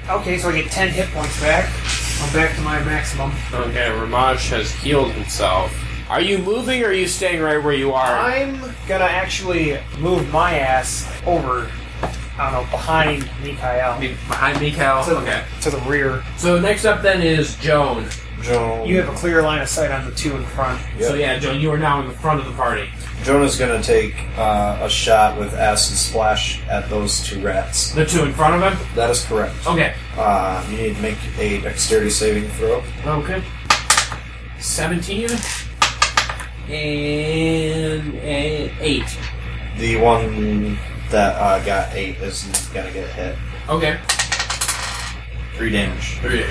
Speaker 5: Okay, so I get 10 hit points back. I'm back to my maximum.
Speaker 2: Okay, Ramash has healed himself. Are you moving or are you staying right where you are?
Speaker 5: I'm gonna actually move my ass over, I don't know, behind Mikael.
Speaker 2: Be- behind Mikhail.
Speaker 5: To,
Speaker 2: Okay.
Speaker 5: to the rear.
Speaker 2: So next up then is Joan.
Speaker 4: Joan.
Speaker 5: You have a clear line of sight on the two in front.
Speaker 2: So yeah, Joan, you are now in the front of the party.
Speaker 4: Jonah's gonna take uh, a shot with acid splash at those two rats.
Speaker 2: The two in front of him?
Speaker 4: That is correct.
Speaker 2: Okay.
Speaker 4: Uh, you need to make a dexterity saving throw.
Speaker 2: Okay. 17 and a 8.
Speaker 4: The one that uh, got eight is gonna get hit.
Speaker 2: Okay.
Speaker 4: Three damage.
Speaker 2: Okay.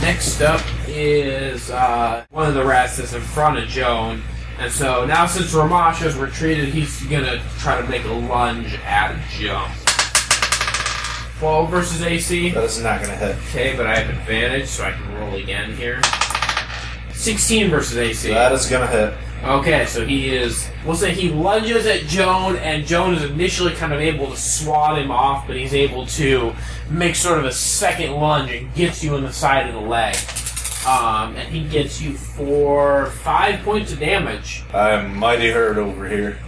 Speaker 2: Next up is uh, one of the rats that's in front of Joan. And so now since Ramash has retreated, he's going to try to make a lunge at Joan. 12 versus AC.
Speaker 4: That is not gonna hit.
Speaker 2: Okay, but I have advantage, so I can roll again here. 16 versus AC.
Speaker 4: That is gonna hit.
Speaker 2: Okay, so he is. We'll say he lunges at Joan, and Joan is initially kind of able to swat him off, but he's able to make sort of a second lunge and gets you in the side of the leg. Um, and he gets you for five points of damage.
Speaker 4: I'm mighty hurt over here.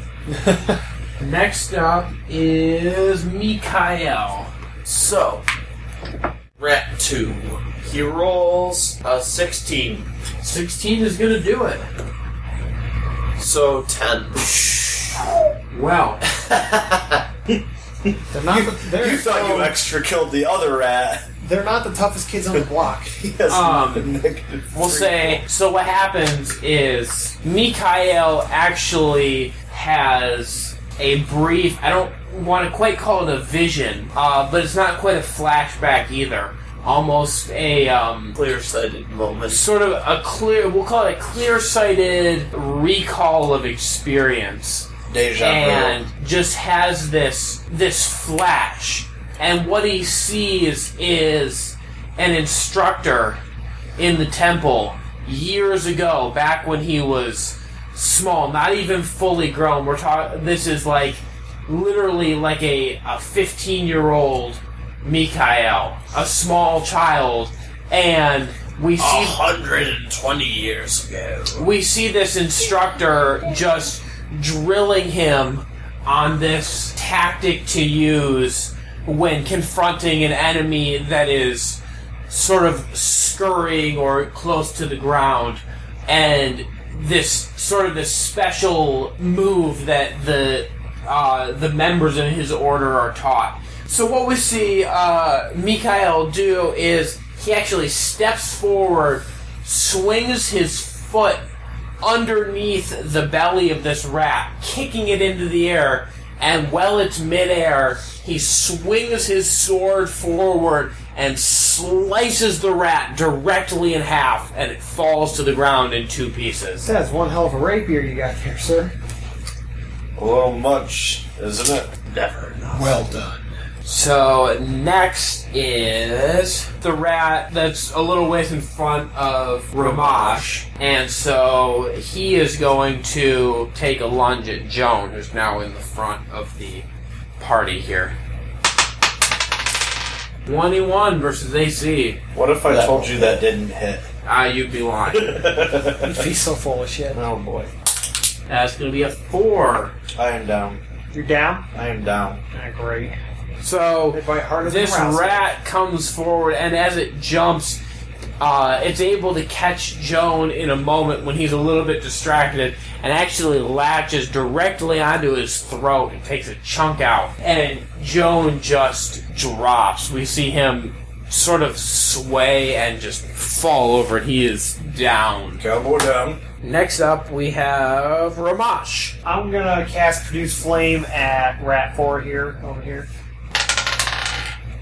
Speaker 2: Next up is Mikael.
Speaker 6: So, Rat 2.
Speaker 3: He rolls a 16.
Speaker 2: 16 is gonna do it.
Speaker 6: So 10.
Speaker 2: Wow.
Speaker 7: They're not. the, they're,
Speaker 4: You thought you
Speaker 7: um,
Speaker 4: extra killed the other rat.
Speaker 7: they're not the toughest kids on the block.
Speaker 4: He has
Speaker 2: Um,
Speaker 4: negative
Speaker 2: We'll
Speaker 4: three.
Speaker 2: say, so what happens is Mikhail actually has a brief, I don't want to quite call it a vision, uh, but it's not quite a flashback either. Almost a um,
Speaker 6: Clear sighted moment.
Speaker 2: sort of a clear, we'll call it a clear sighted recall of experience
Speaker 4: Deja
Speaker 2: and just has this this flash and what he sees is an instructor in the temple years ago back when he was small not even fully grown we're talking this is like literally like a, a 15 year old Mikhail a small child and we see
Speaker 6: 120 years ago.
Speaker 2: we see this instructor just drilling him on this tactic to use when confronting an enemy that is sort of scurrying or close to the ground and this sort of this special move that the uh, the members in his order are taught. So what we see uh, Mikhail do is he actually steps forward, swings his foot underneath the belly of this rat, kicking it into the air, and while it's midair, he swings his sword forward and slices the rat directly in half, and it falls to the ground in two pieces.
Speaker 5: That's one hell of a rapier you got there, sir.
Speaker 4: A little much, isn't it?
Speaker 6: Never enough.
Speaker 10: Well done.
Speaker 2: So next is the rat that's a little ways in front of Ramash, and so he is going to take a lunge at Joan, who's now in the front of the party here. Twenty-one versus AC.
Speaker 4: What if I told you that didn't hit?
Speaker 2: Ah, you'd be lying.
Speaker 5: He's so full of shit.
Speaker 4: Oh boy.
Speaker 2: That's going to be a four.
Speaker 4: I am down.
Speaker 5: You're down?
Speaker 4: I am down.
Speaker 5: Ah, great.
Speaker 2: So
Speaker 5: They bite harder
Speaker 2: this
Speaker 5: than rats.
Speaker 2: rat comes forward, and as it jumps, uh, it's able to catch Joan in a moment when he's a little bit distracted, and actually latches directly onto his throat and takes a chunk out. And Joan just drops. We see him sort of sway and just fall over. He is down.
Speaker 4: Cowboy down.
Speaker 2: Next up, we have Ramash.
Speaker 5: I'm gonna cast Produce Flame at Rat 4 here, over here.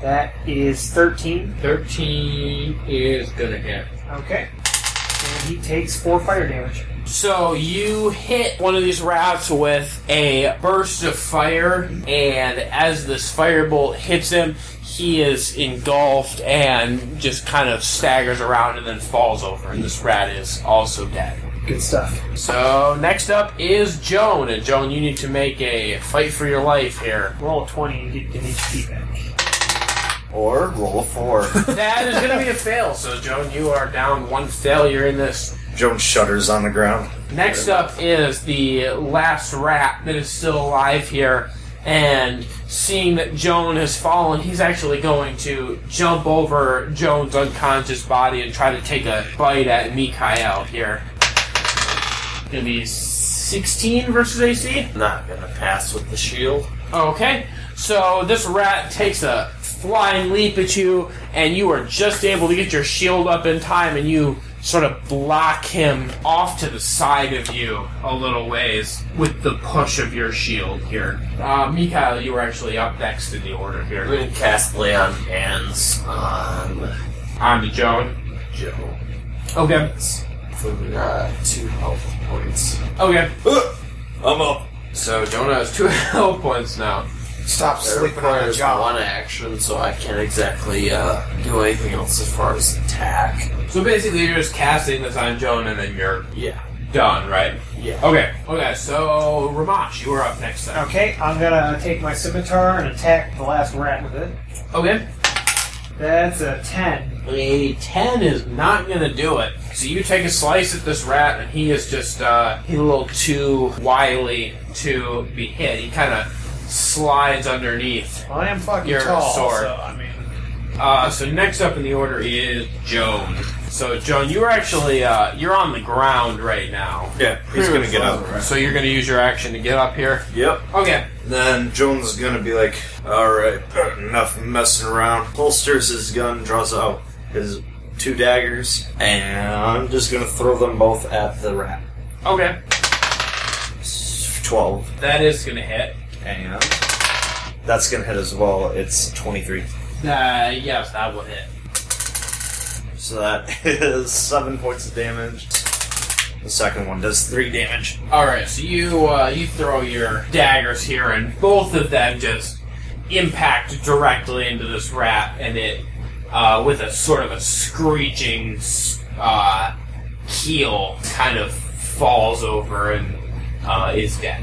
Speaker 5: That is 13.
Speaker 2: 13 is gonna hit.
Speaker 5: Okay. And he takes 4 fire damage.
Speaker 2: So you hit one of these rats with a burst of fire, and as this firebolt hits him, he is engulfed and just kind of staggers around and then falls over, and this rat is also dead.
Speaker 5: Good stuff.
Speaker 2: So next up is Joan, and Joan, you need to make a fight for your life here.
Speaker 5: Roll a 20 and get an HP back.
Speaker 4: Or roll a four.
Speaker 2: That is going to be a fail. So Joan, you are down one failure in this
Speaker 4: Joan shudders on the ground.
Speaker 2: Next up is the last rat that is still alive here, and seeing that Joan has fallen, he's actually going to jump over Joan's unconscious body and try to take a bite at Mikhail here. Gonna be 16 versus AC.
Speaker 6: Not gonna pass with the shield.
Speaker 2: Okay, so this rat takes a flying leap at you, and you are just able to get your shield up in time, and you sort of block him off to the side of you a little ways with the push of your shield here. Uh, Mikhail, you were actually up next in the order
Speaker 6: I'm
Speaker 2: here.
Speaker 6: gonna cast Lay on Hands on
Speaker 2: On to Joan.
Speaker 6: Joe.
Speaker 2: Okay.
Speaker 6: For uh, two health points.
Speaker 2: Okay.
Speaker 4: I'm up.
Speaker 6: So Jonah has
Speaker 2: Two health points now.
Speaker 7: Stop
Speaker 6: It
Speaker 7: sleeping on the
Speaker 6: requires
Speaker 7: job.
Speaker 6: one action, so I can't exactly uh, do anything else as far as attack.
Speaker 2: So basically, you're just casting this on Joan, and then you're
Speaker 6: Yeah.
Speaker 2: done, right?
Speaker 6: Yeah.
Speaker 2: Okay. Okay. So Ramash, you were up next. Then.
Speaker 5: Okay, I'm gonna take my scimitar and attack the last rat with it.
Speaker 2: Okay.
Speaker 5: That's a 10.
Speaker 2: A 10 is not going to do it. So you take a slice at this rat, and he is just uh, he's a little too wily to be hit. He kind of slides underneath
Speaker 5: Well, I am fucking
Speaker 2: You're a
Speaker 5: tall,
Speaker 2: sword.
Speaker 5: so I mean,
Speaker 2: Uh, so next up in the order is Joan. So Joan, you're actually uh, you're on the ground right now.
Speaker 4: Yeah, he's gonna get up.
Speaker 2: So you're going to use your action to get up here.
Speaker 4: Yep.
Speaker 2: Okay.
Speaker 4: Then Jones is gonna be like, alright, enough messing around. Holsters his gun, draws out his two daggers, and I'm just gonna throw them both at the rat.
Speaker 2: Okay.
Speaker 4: 12.
Speaker 2: That is going to hit.
Speaker 4: And that's gonna hit as well. It's 23.
Speaker 2: Uh, yes, that will hit.
Speaker 4: So that is 7 points of damage. The second one does 3 damage.
Speaker 2: All right. So you uh, you throw your daggers here, and both of them just impact directly into this rat, and it uh, with a sort of a screeching s- uh, keel kind of falls over and uh, is dead.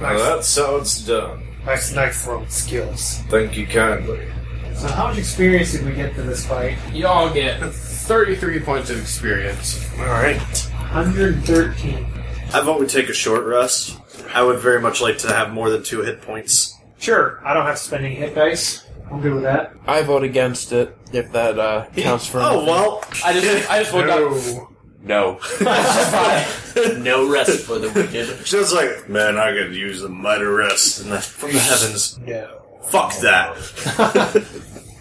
Speaker 4: Well, that sounds done.
Speaker 5: My snipe throwing skills.
Speaker 4: Thank you kindly.
Speaker 5: So how much experience did we get for this fight?
Speaker 2: You all get 33 points of experience.
Speaker 4: Alright.
Speaker 5: 113.
Speaker 4: I vote we take a short rest. I would very much like to have more than two hit points.
Speaker 5: Sure, I don't have to spend any hit dice. I'm good with that.
Speaker 3: I vote against it if that uh, counts for.
Speaker 4: Oh well,
Speaker 2: I just, I just woke up.
Speaker 5: Oh,
Speaker 6: No. no rest for the wicked.
Speaker 4: just like man, I could use a mighty rest and the, from the heavens.
Speaker 5: No.
Speaker 4: Fuck that.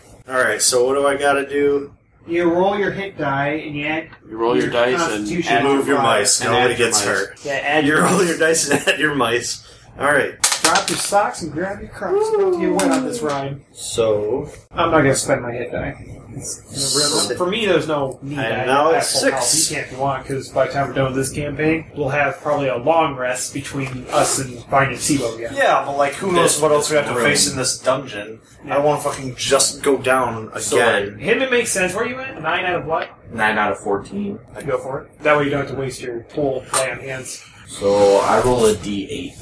Speaker 4: All right, so what do I got to do?
Speaker 5: You roll your hit die and you add
Speaker 3: You roll your dice and
Speaker 5: constitution
Speaker 4: Move your
Speaker 5: modifier.
Speaker 4: mice.
Speaker 3: And
Speaker 4: Nobody
Speaker 3: add your
Speaker 4: gets
Speaker 3: mice.
Speaker 4: hurt.
Speaker 5: Yeah, add
Speaker 4: You
Speaker 5: your
Speaker 4: roll your dice and add your mice. All right.
Speaker 5: drop your socks and grab your crops. You win on this ride.
Speaker 4: So
Speaker 5: I'm not gonna spend my hit die. It's- For me, there's no need.
Speaker 4: And
Speaker 5: I-
Speaker 4: now
Speaker 5: I
Speaker 4: it's
Speaker 5: have full
Speaker 4: six.
Speaker 5: health. You can't if you want because by the time we're done with this campaign, we'll have probably a long rest between us and finding SIBO again.
Speaker 4: yeah, but like, who knows what else we have to
Speaker 6: room.
Speaker 4: face in this dungeon? I don't want to fucking just go down again.
Speaker 5: Him, it makes sense. Where are you at? Nine out of what?
Speaker 6: 9 out of 14.
Speaker 5: Uh, Go for it. That way you don't have to waste your whole play on hands.
Speaker 6: So I roll a d8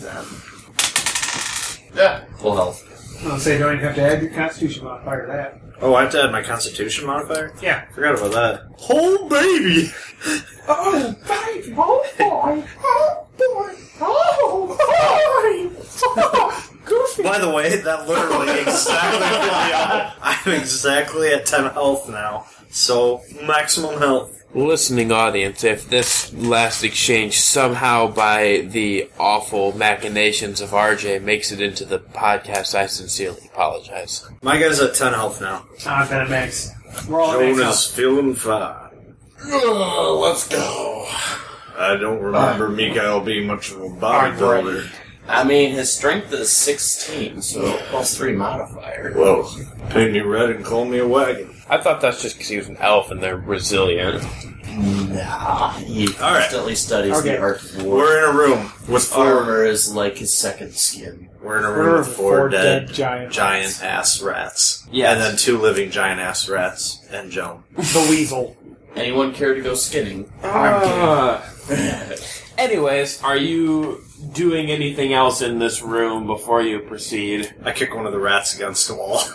Speaker 6: then.
Speaker 2: Yeah.
Speaker 6: Full health.
Speaker 5: I'll say you don't even have to add your constitution modifier to that.
Speaker 4: Oh, I have to add my Constitution modifier.
Speaker 5: Yeah.
Speaker 4: Forgot about that. Whole baby.
Speaker 5: Oh, baby! Oh, boy! Oh, boy! Oh, boy! Goofy!
Speaker 4: By the way, that literally exactly I'm exactly at 10 health now. So, maximum health.
Speaker 3: Listening audience, if this last exchange somehow by the awful machinations of RJ makes it into the podcast, I sincerely apologize.
Speaker 4: My guy's at 10 health now.
Speaker 5: I've been a max. We're all at max.
Speaker 4: feeling fine.
Speaker 6: let's go.
Speaker 4: I don't remember Mikael being much of a bodybuilder.
Speaker 6: I mean, his strength is 16, so plus 3 modifier.
Speaker 4: Well, paint me red and call me a wagon.
Speaker 3: I thought that's just because he was an elf and they're resilient.
Speaker 6: Nah, he
Speaker 4: All right.
Speaker 6: constantly studies
Speaker 5: Okay.
Speaker 6: the art of war.
Speaker 4: We're in a room with four.
Speaker 6: Armor is like his second skin.
Speaker 4: We're in a room
Speaker 5: We're
Speaker 4: with four dead
Speaker 5: giants.
Speaker 4: giant ass rats.
Speaker 6: Yeah.
Speaker 4: And then two living giant ass rats and Joan.
Speaker 5: The weasel.
Speaker 6: Anyone care to go skinning?
Speaker 3: Uh.
Speaker 2: anyways, are you doing anything else in this room before you proceed?
Speaker 4: I kick one of the rats against the wall.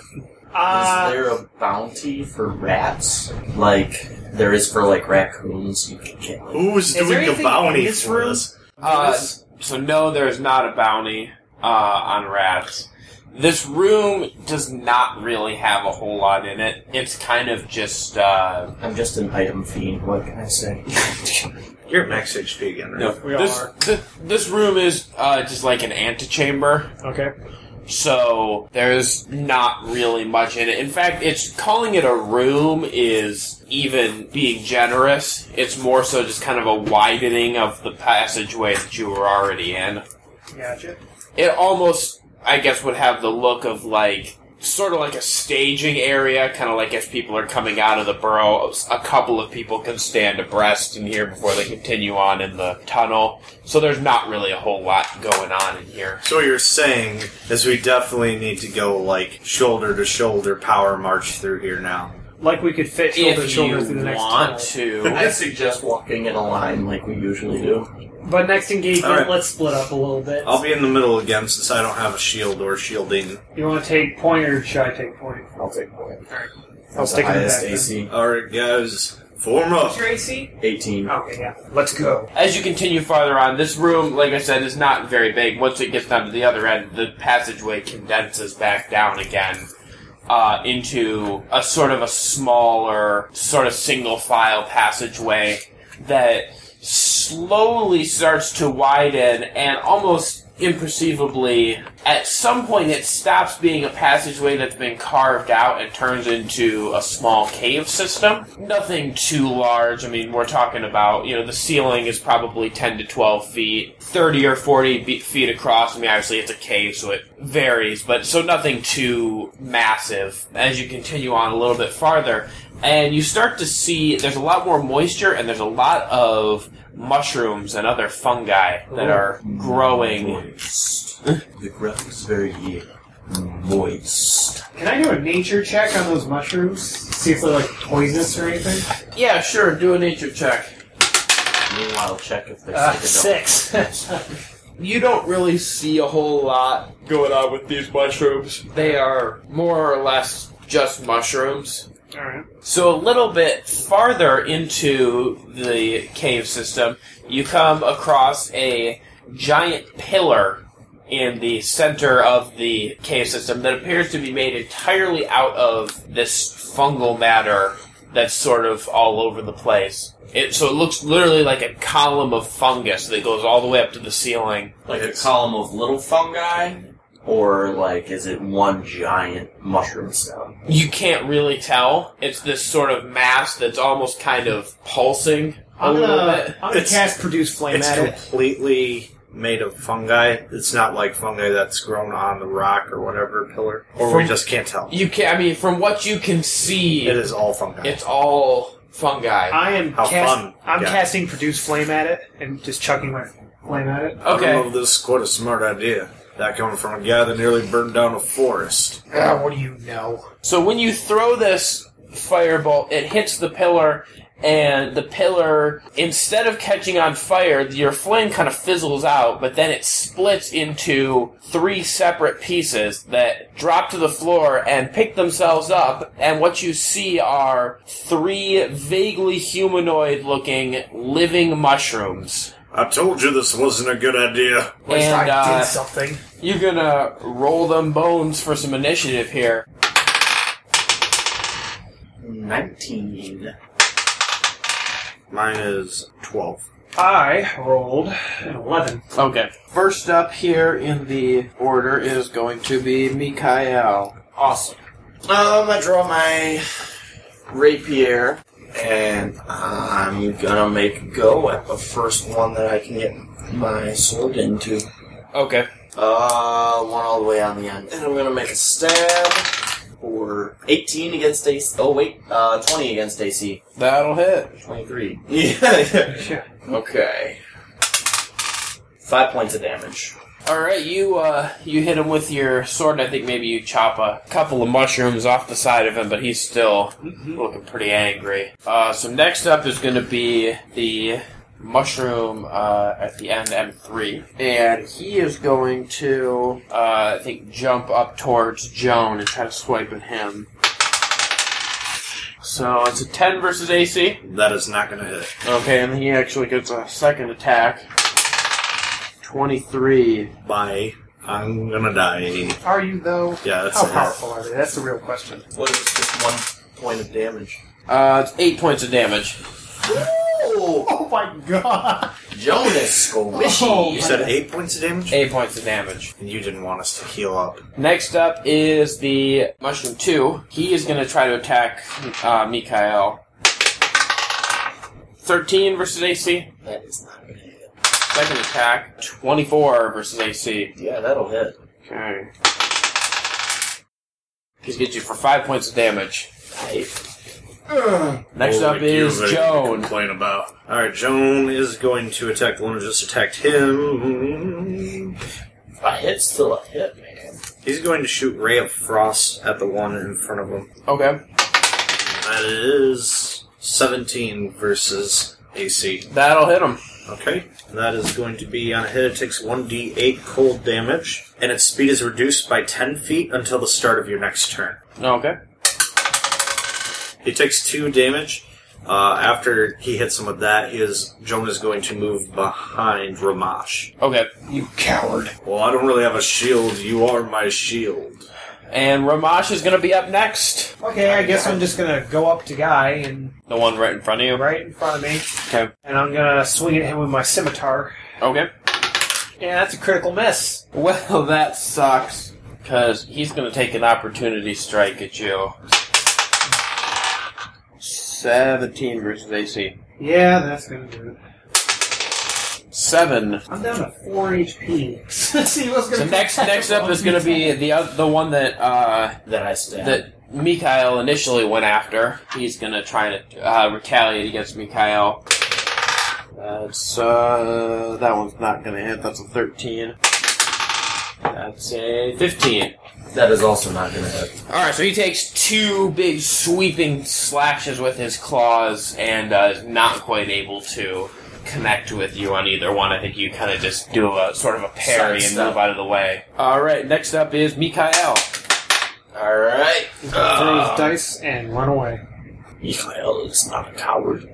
Speaker 3: Uh,
Speaker 5: Uh,
Speaker 6: is there a bounty for rats? Like there is for like raccoons? You can get like,
Speaker 4: Who's
Speaker 5: there
Speaker 4: doing the
Speaker 5: anything in
Speaker 4: bounty
Speaker 5: this
Speaker 4: for
Speaker 5: room?
Speaker 4: this?
Speaker 2: Uh, so no, there is not a bounty uh, on rats. This room does not really have a whole lot in it. It's kind of just uh,
Speaker 6: I'm just an item fiend. What can I say?
Speaker 4: You're at max HP again, right?
Speaker 2: no.
Speaker 5: We all
Speaker 2: This
Speaker 5: are.
Speaker 2: thi- this room is uh, just like an antechamber.
Speaker 5: Okay.
Speaker 2: So there's not really much in it. In fact, it's calling it a room is even being generous. It's more so just kind of a widening of the passageway that you were already in.
Speaker 5: Gotcha.
Speaker 2: It almost, I guess, would have the look of like sort of like a staging area, kind of like if people are coming out of the burrow, a couple of people can stand abreast in here before they continue on in the tunnel. So there's not really a whole lot going on in here.
Speaker 4: So what you're saying is we definitely need to go like shoulder to shoulder power march through here now.
Speaker 5: Like we could fit shoulder to
Speaker 2: If
Speaker 5: shoulder through
Speaker 2: you
Speaker 5: the next
Speaker 2: want
Speaker 5: tunnel.
Speaker 2: to,
Speaker 6: I suggest walking in a line like we usually do.
Speaker 5: But next engagement,
Speaker 4: All right.
Speaker 5: let's split up a little bit.
Speaker 4: I'll be in the middle again since I don't have a shield or shielding.
Speaker 5: You want to take point or should I take point?
Speaker 6: I'll take point.
Speaker 5: I'll stick in the
Speaker 6: Highest
Speaker 5: back.
Speaker 6: AC
Speaker 4: Alright guys, form up.
Speaker 5: What's your AC?
Speaker 6: 18.
Speaker 5: Okay, yeah. Let's go.
Speaker 2: as you continue farther on, this room, like I said, is not very big. Once it gets down to the other end, the passageway condenses back down again uh, into a sort of a smaller, sort of single file passageway that slowly starts to widen and almost imperceivably at some point it stops being a passageway that's been carved out and turns into a small cave system nothing too large i mean we're talking about you know the ceiling is probably 10 to 12 feet 30 or 40 be- feet across i mean obviously it's a cave so it varies but so nothing too massive as you continue on a little bit farther and you start to see there's a lot more moisture and there's a lot of mushrooms and other fungi that are growing.
Speaker 6: The ground is very moist.
Speaker 7: Can I do a nature check on those mushrooms? See if they're like poisonous or anything?
Speaker 2: Yeah, sure, do a nature check.
Speaker 6: Meanwhile, check if they're
Speaker 5: Uh,
Speaker 7: six.
Speaker 2: You don't really see a whole lot going on with these mushrooms. They are more or less just mushrooms.
Speaker 7: Alright.
Speaker 2: So a little bit farther into the cave system, you come across a giant pillar in the center of the cave system that appears to be made entirely out of this fungal matter that's sort of all over the place. It, so it looks literally like a column of fungus that goes all the way up to the ceiling.
Speaker 6: Like a column of little fungi? Or, like, is it one giant mushroom cell?
Speaker 2: You can't really tell. It's this sort of mass that's almost kind of pulsing a
Speaker 5: I'm
Speaker 2: little bit.
Speaker 5: gonna, Uh, I'm gonna
Speaker 4: It's-
Speaker 5: cast produce flame
Speaker 4: It's
Speaker 5: at it.
Speaker 4: completely made of fungi. It's not like fungi that's grown on the rock or whatever pillar, or we
Speaker 2: From-
Speaker 4: just can't tell.
Speaker 2: You can. I mean, from what you can see,
Speaker 4: It is all fungi.
Speaker 2: it's all fungi.
Speaker 5: I am
Speaker 4: How
Speaker 5: cast,
Speaker 4: fun.
Speaker 5: I'm
Speaker 4: Yeah.
Speaker 5: casting produce flame at it and just chucking my flame at it.
Speaker 4: I don't know
Speaker 2: Okay.
Speaker 4: if this is quite a smart idea. That coming from a guy that nearly burned down a forest.
Speaker 5: Ah, what do you know?
Speaker 2: So when you throw this fireball, it hits the pillar, and the pillar, instead of catching on fire, your flame kind of fizzles out, but then it splits into three separate pieces that drop to the floor and pick themselves up. And what you see are three vaguely humanoid-looking living mushrooms.
Speaker 4: I told you this wasn't a good idea.
Speaker 5: At least
Speaker 2: and
Speaker 5: I
Speaker 2: uh,
Speaker 5: did something.
Speaker 2: You're gonna roll them bones for some initiative here.
Speaker 6: 19.
Speaker 4: Mine is twelve.
Speaker 5: I rolled an 11.
Speaker 2: Okay. First up here in the order is going to be Mikael.
Speaker 7: Awesome.
Speaker 6: Um, I draw my rapier, and I'm gonna make a go at the first one that I can get my sword into.
Speaker 2: Okay.
Speaker 6: Uh, one all the way on the end. And I'm gonna make a stab for 18 against AC. Oh, wait, uh, 20 against AC.
Speaker 2: That'll hit.
Speaker 6: 23. Yeah, yeah.
Speaker 2: Okay.
Speaker 6: Five points of damage.
Speaker 2: All right, you uh, you hit him with your sword, and I think maybe you chop a couple of mushrooms off the side of him, but he's still looking pretty angry. Uh, so next up is going to be the mushroom uh, at the end M three, and he is going to uh, I think jump up towards Joan and try to swipe at him. So it's a ten versus AC.
Speaker 4: That is not going to hit.
Speaker 2: Okay, and he actually gets a second attack. 23.
Speaker 4: Bye. I'm gonna die.
Speaker 5: Are you, though?
Speaker 4: Yeah, that's
Speaker 5: How
Speaker 4: a hit.
Speaker 5: powerful are they? That's the real question.
Speaker 6: What is just one point of damage?
Speaker 2: Uh, it's 8 points of damage.
Speaker 5: Oh my god!
Speaker 6: Jonas Squishy.
Speaker 4: Oh, You said eight points of damage,
Speaker 2: 8 points of damage.
Speaker 4: and you didn't want us to heal up.
Speaker 2: Next up is the Mushroom 2. He is going to try to attack uh, Mikael. 13 versus AC.
Speaker 6: That is not gonna hit.
Speaker 2: Second attack. 24 versus AC.
Speaker 6: Yeah, that'll hit.
Speaker 2: Okay. He's gets you for 5 points of damage. Next
Speaker 4: Holy
Speaker 2: up is
Speaker 4: Cuba, you
Speaker 2: Joan.
Speaker 4: Complain about. All right, Joan is going to attack the one who just attacked him.
Speaker 6: A hit's still a hit, man.
Speaker 4: He's going to shoot Ray of Frost at the one in front of him.
Speaker 2: Okay.
Speaker 4: That is 17 versus AC.
Speaker 2: That'll hit him.
Speaker 4: Okay. That is going to be on a hit. It takes 1d8 cold damage, and its speed is reduced by 10 feet until the start of your next turn.
Speaker 2: Okay.
Speaker 4: He takes 2 damage. Uh, after he hits him with that, he is, Joan is going to move behind Ramash.
Speaker 2: Okay.
Speaker 5: You coward.
Speaker 4: Well, I don't really have a shield. You are my shield.
Speaker 2: And Ramash is going to be up next.
Speaker 5: Okay, I guess I'm just gonna go up to Guy and
Speaker 2: The one right in front of you.
Speaker 5: right in front of me,
Speaker 2: Okay.
Speaker 5: and I'm gonna swing at him with my scimitar.
Speaker 2: Okay.
Speaker 5: Yeah, that's a critical miss.
Speaker 2: Well, that sucks. Because he's going to take an opportunity strike at you. 17 versus AC.
Speaker 5: Yeah, that's gonna do it.
Speaker 2: 7.
Speaker 5: I'm down to four HP. See what's
Speaker 2: So
Speaker 5: gonna
Speaker 2: next next up is going to be the oth- the one that uh,
Speaker 6: that I stabbed.
Speaker 2: that Mikhail initially went after. He's going to try to uh, retaliate against Mikhail. That's uh, that one's not going to hit. That's a 13. That's a 15.
Speaker 6: that is also not going to hit.
Speaker 2: All right, so he takes two big sweeping slashes with his claws and uh, is not quite able to connect with you on either one. I think you kind of just do a sort of a parry and
Speaker 6: Sidestep.
Speaker 2: move out of the way. All right, next up is Mikhail.
Speaker 6: All right.
Speaker 5: throw his dice and run away.
Speaker 6: Mikhail is not a coward.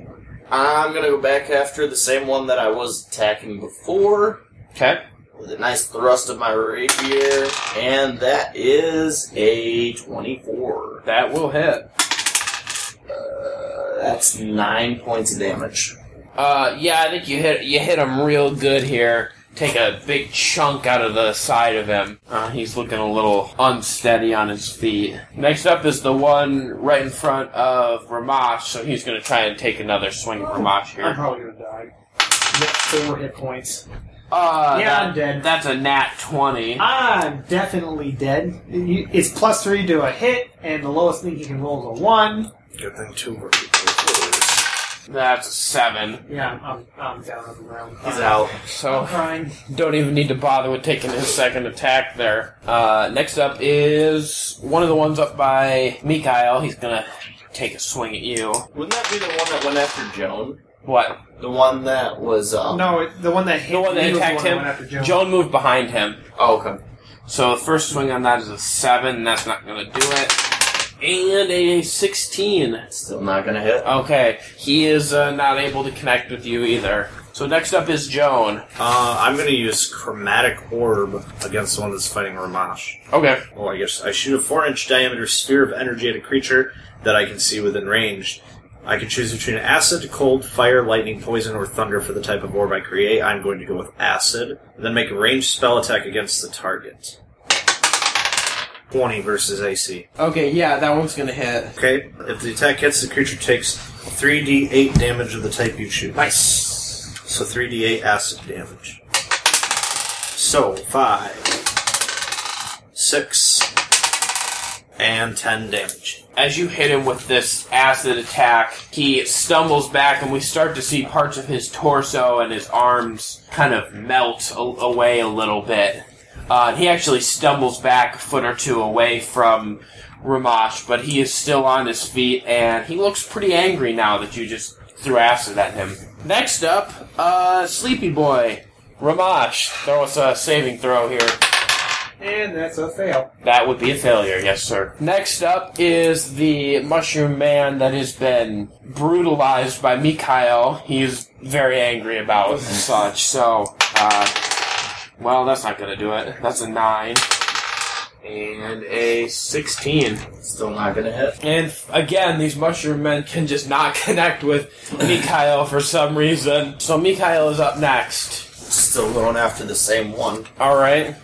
Speaker 6: I'm going to go back after the same one that I was attacking before
Speaker 2: Okay.
Speaker 6: with a nice thrust of my rapier, and that is a 24.
Speaker 2: That will hit.
Speaker 6: Uh, that's nine points of damage.
Speaker 2: Uh, yeah, I think you hit you hit him real good here. Take a big chunk out of the side of him. Uh, he's looking a little unsteady on his feet. Next up is the one right in front of Ramash, so he's going to try and take another swing at Ramash
Speaker 5: I'm
Speaker 2: here.
Speaker 5: probably gonna die. Get four hit points.
Speaker 2: Uh,
Speaker 5: Yeah,
Speaker 2: that-
Speaker 5: I'm dead.
Speaker 2: That's a nat 20.
Speaker 5: I'm definitely dead. You- It's plus three to a hit, and the lowest thing you can roll is a one.
Speaker 4: Good thing two were equal.
Speaker 2: That's a 7.
Speaker 5: Yeah, I'm, I'm, I'm down on the ground.
Speaker 6: He's out.
Speaker 2: So,
Speaker 5: Crying.
Speaker 2: don't even need to bother with taking his second attack there. Uh, next up is one of the ones up by Mikhail. He's going to take a swing at you.
Speaker 6: Wouldn't that be the one that went after Joan?
Speaker 2: What?
Speaker 6: The one that was. Um,
Speaker 5: No, it- the one that hit
Speaker 2: The one that
Speaker 5: me was
Speaker 2: attacked
Speaker 5: the
Speaker 2: him?
Speaker 5: one that went after Joe.
Speaker 2: Joan moved behind him.
Speaker 6: Oh, okay.
Speaker 2: So the first swing on that is a 7, and that's not going to do it. And a 16.
Speaker 6: Still not going to hit.
Speaker 2: Okay, he is uh, not able to connect with you either. So next up is Joan.
Speaker 4: Uh, I'm going to use Chromatic Orb against the one that's fighting Ramash.
Speaker 2: Okay.
Speaker 4: Well, I guess I shoot a four-inch diameter sphere of energy at a creature that I can see within range. I can choose between acid, cold, fire, lightning, poison, or thunder for the type of orb I create. I'm going to go with acid. Then make a ranged spell attack against the target. 20 versus AC.
Speaker 2: Okay, yeah, that one's going to hit.
Speaker 4: Okay, if the attack hits, the creature takes 3d8 damage of the type you choose. Nice! So 3d8 acid damage. So, 5, 6, and 10 damage.
Speaker 2: As you hit him with this acid attack, he stumbles back, and we start to see parts of his torso and his arms kind of melt a- away a little bit. Uh, and he actually stumbles back a foot or two away from Ramash, but he is still on his feet, and he looks pretty angry now that you just threw acid at him. Next up, uh, Sleepy Boy. Ramash, throw us a saving throw here.
Speaker 5: And that's a fail.
Speaker 2: That would be a failure, yes, sir. Next up is the mushroom man that has been brutalized by Mikhail. He is very angry about such, so, uh, well, that's not gonna do it. That's a 9. And a 16.
Speaker 6: Still not going to hit.
Speaker 2: And f- again, these mushroom men can just not connect with Mikhail for some reason. So Mikhail is up next.
Speaker 6: Still going after the same one.
Speaker 2: Alright.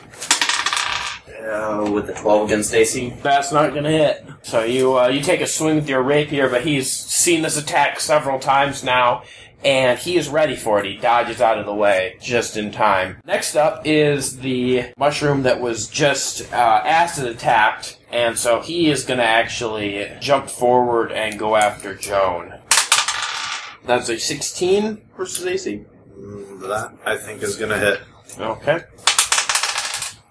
Speaker 6: Uh, with the 12 against AC.
Speaker 2: That's not gonna hit. So you uh, you take a swing with your rapier, but he's seen this attack several times now, and he is ready for it. He dodges out of the way just in time. Next up is the mushroom that was just uh, acid attacked, and so he is gonna actually jump forward and go after Joan. That's a 16 versus AC.
Speaker 4: Mm, That, I think, is going to hit.
Speaker 2: Okay.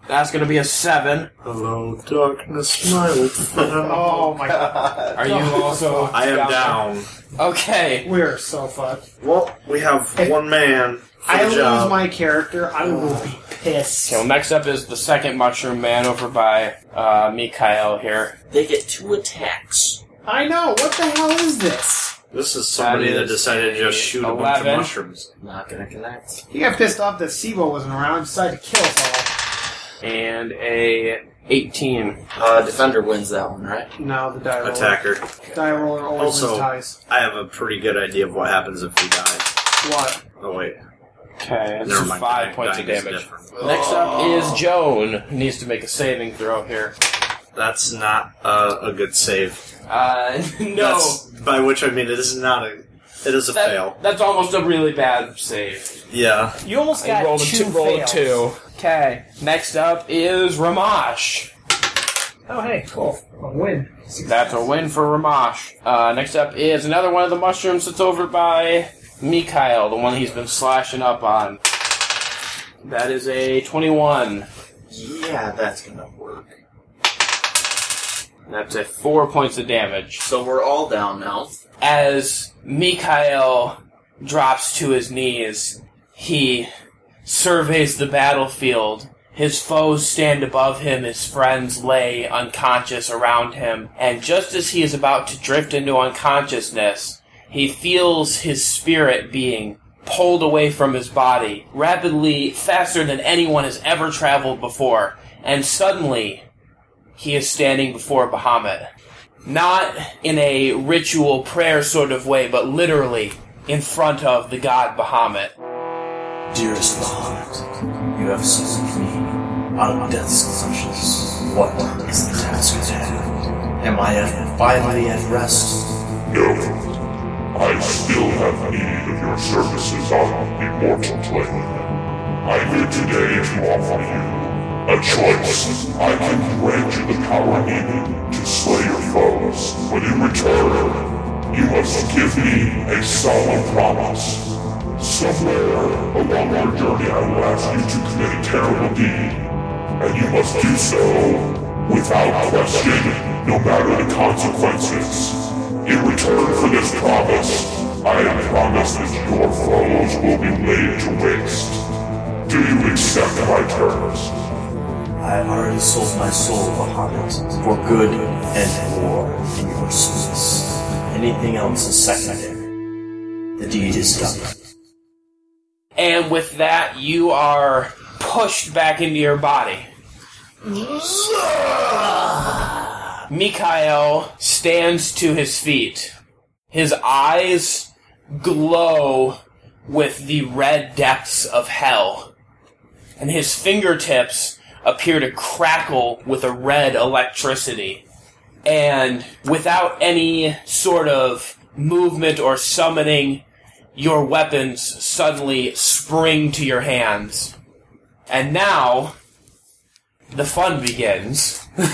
Speaker 2: That's gonna be a seven.
Speaker 4: Hello, darkness, my old friend.
Speaker 5: Oh my god.
Speaker 2: Are you also?
Speaker 4: Uh, I am down.
Speaker 2: Okay.
Speaker 5: We're so fucked.
Speaker 4: Well, we have one man for
Speaker 5: I
Speaker 4: the
Speaker 5: lose
Speaker 4: job.
Speaker 5: my character. I will be pissed.
Speaker 2: Okay, well, next up is the second mushroom man over by uh, Mikhail here.
Speaker 6: They get two attacks.
Speaker 5: I know. What the hell is this?
Speaker 4: This is somebody
Speaker 2: That
Speaker 4: that,
Speaker 2: is
Speaker 4: decided to just shoot a bunch of
Speaker 2: 11.
Speaker 4: mushrooms.
Speaker 6: Not going to connect.
Speaker 5: He got pissed off that SIBO wasn't around and decided to kill us all.
Speaker 2: and a 18.
Speaker 6: Uh, defender wins that one, right?
Speaker 7: No, the die roller.
Speaker 4: Attacker.
Speaker 7: Die roller always wins
Speaker 4: Also-
Speaker 7: ties.
Speaker 4: I have a pretty good idea of what happens if we die.
Speaker 7: What?
Speaker 4: Oh wait,
Speaker 2: Okay,
Speaker 4: never mind.
Speaker 2: five
Speaker 4: Dying-
Speaker 2: points of
Speaker 4: dying is
Speaker 2: damage.
Speaker 4: different.
Speaker 2: Next up is Joan. who Needs to make a saving throw here.
Speaker 4: That's not uh, a good save.
Speaker 2: Uh, no.
Speaker 4: That's, by which I mean it is not a. It is a
Speaker 2: That-
Speaker 4: fail.
Speaker 2: That's almost a really bad save.
Speaker 4: Yeah.
Speaker 5: You almost got
Speaker 2: I rolled a
Speaker 5: two,
Speaker 2: two, rolled a
Speaker 5: fails.
Speaker 2: two. Okay. Next up is Ramash.
Speaker 5: Oh, hey, cool. A win.
Speaker 2: That's a win for Ramash. Uh, next up is another one of the mushrooms that's over by Mikhail, the one he's been slashing up on. That is a 21.
Speaker 6: Yeah, that's gonna work.
Speaker 2: That's a four points of damage.
Speaker 6: So we're all down now.
Speaker 2: As Mikhail drops to his knees, he surveys the battlefield. His foes stand above him, his friends lay unconscious around him, and just as he is about to drift into unconsciousness, he feels his spirit being pulled away from his body, rapidly, faster than anyone has ever traveled before, and suddenly, he is standing before Bahamut not in a ritual prayer sort of way, but literally in front of the god Bahamut.
Speaker 6: Dearest Bahamut, you have summoned me out of death's clutches. What is the task at hand? Am I at- finally at rest?
Speaker 11: No. I still have need of your services on the mortal plane. I'm here today to offer you a choice. I can grant you the power needed to slay your foes. When you return, you must give me a solemn promise. Somewhere along our journey, I will ask you to commit a terrible deed and you must do so without question, no matter the consequences. In return for this promise, I have promised that your foes will be laid to waste. Do you accept my terms?
Speaker 6: I have already sold my soul, Bahamut, for good and war in your service. Anything else is secondary. The deed is done.
Speaker 2: And with that, you are pushed back into your body. Mikhail stands to his feet. His eyes glow with the red depths of hell. And his fingertips appear to crackle with a red electricity. And without any sort of movement or summoning, your weapons suddenly spring to your hands. And now, the fun begins.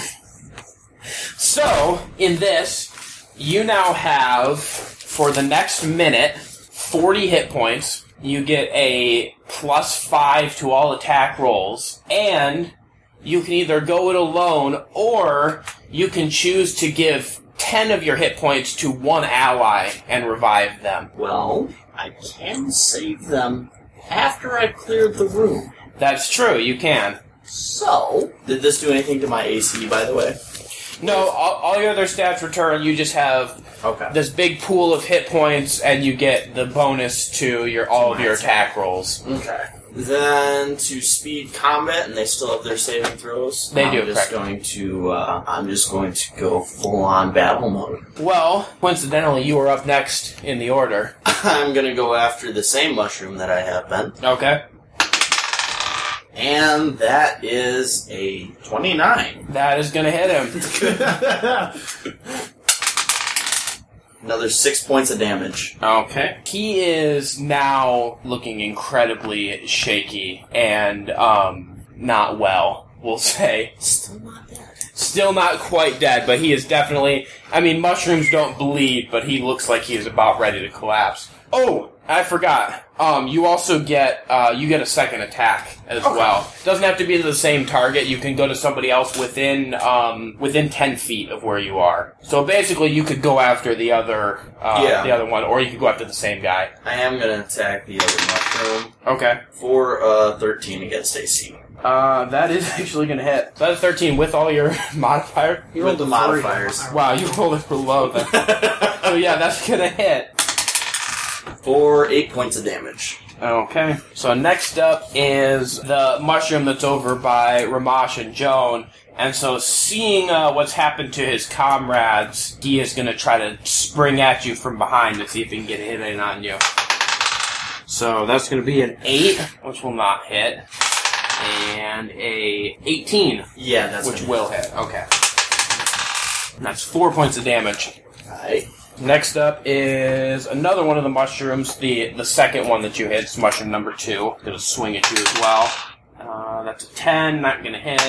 Speaker 2: so, in this, you now have, for the next minute, 40 hit points. You get a plus 5 to all attack rolls, and you can either go it alone or you can choose to give 10 of your hit points to one ally and revive them.
Speaker 6: Well, I can save them after I cleared the room.
Speaker 2: That's true. You can.
Speaker 6: So, did this do anything to my AC, by the way?
Speaker 2: No, all, all your other stats return. You just have
Speaker 6: Okay.
Speaker 2: this big pool of hit points, and you get the bonus to your all of your attack rolls.
Speaker 6: Okay. Then to speed combat, and they still have their saving throws.
Speaker 2: They
Speaker 6: I'm
Speaker 2: do,
Speaker 6: Just
Speaker 2: correct.
Speaker 6: going to. Uh, I'm just going to go full on battle mode.
Speaker 2: Well, coincidentally, you are up next in the order.
Speaker 6: I'm going to go after the same mushroom that I have been,
Speaker 2: Okay,
Speaker 6: and that is a 29.
Speaker 2: that is gonna hit him.
Speaker 6: Another six points of damage.
Speaker 2: Okay, he is now looking incredibly shaky and um not well. We'll say.
Speaker 6: Still not bad.
Speaker 2: Still not quite dead, but he is definitely. I mean, mushrooms don't bleed, but he looks like he is about ready to collapse. Oh, I forgot. Um, you also get uh, you get a second attack as well. Doesn't have to be the same target. You can go to somebody else within um, within ten feet of where you are. So basically, you could go after the other uh,
Speaker 6: Yeah.
Speaker 2: the other one, or you could go after the same guy.
Speaker 6: I am going to attack the other mushroom
Speaker 2: Okay.
Speaker 6: for uh, 13 against AC.
Speaker 2: Uh, that is actually gonna hit. That is thirteen with all your modifier.
Speaker 6: You rolled the modifiers.
Speaker 2: Wow, you rolled it for low then. so yeah, that's gonna hit.
Speaker 6: For eight points of damage.
Speaker 2: Okay. So next up is the mushroom that's over by Ramash and Joan. And so, seeing uh, what's happened to his comrades, he is going to try to spring at you from behind to see if he can get a hit in on you. So that's going to be an 8, which will not hit, and a 18.
Speaker 6: Yeah, that's
Speaker 2: Which
Speaker 6: gonna
Speaker 2: will hit, okay. And that's 4 points of damage. Alright. Next up is another one of the mushrooms, the the second one that you hit, it's mushroom number 2. Going to swing at you as well. Uh, that's a 10, not going to hit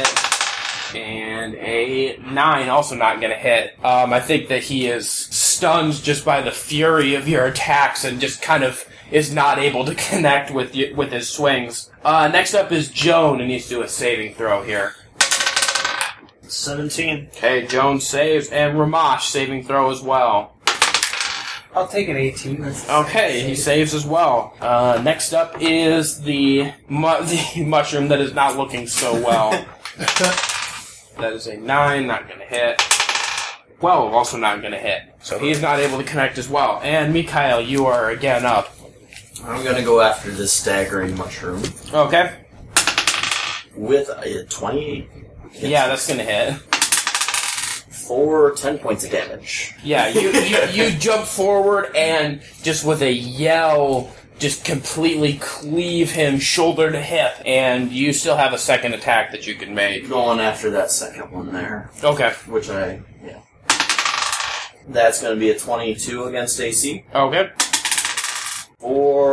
Speaker 2: and a nine, also not going to hit. Um, I think that he is stunned just by the fury of your attacks and just kind of is not able to connect with you, with his swings. Uh, next up is Joan, and needs to do a saving throw here.
Speaker 5: 17.
Speaker 2: Okay, Joan saves, and Ramash saving throw as well.
Speaker 5: I'll take an 18. That's
Speaker 2: Okay, he saves as well. Uh, next up is the mu- the mushroom that is not looking so well. that is a nine, not going to hit. Twelve, also not going to hit. So he is not able to connect as well. And Mikhail, you are again up.
Speaker 6: I'm gonna go after this staggering mushroom
Speaker 2: Okay.
Speaker 6: with a 28
Speaker 2: Yeah, that's going to hit.
Speaker 6: for 10 points of damage.
Speaker 2: Yeah, you, you you jump forward and just with a yell, just completely cleave him shoulder to hip, and you still have a second attack that you can make.
Speaker 6: Going after that second one there,
Speaker 2: Okay.
Speaker 6: which I yeah. That's gonna be a 22 against AC
Speaker 2: Okay.
Speaker 6: for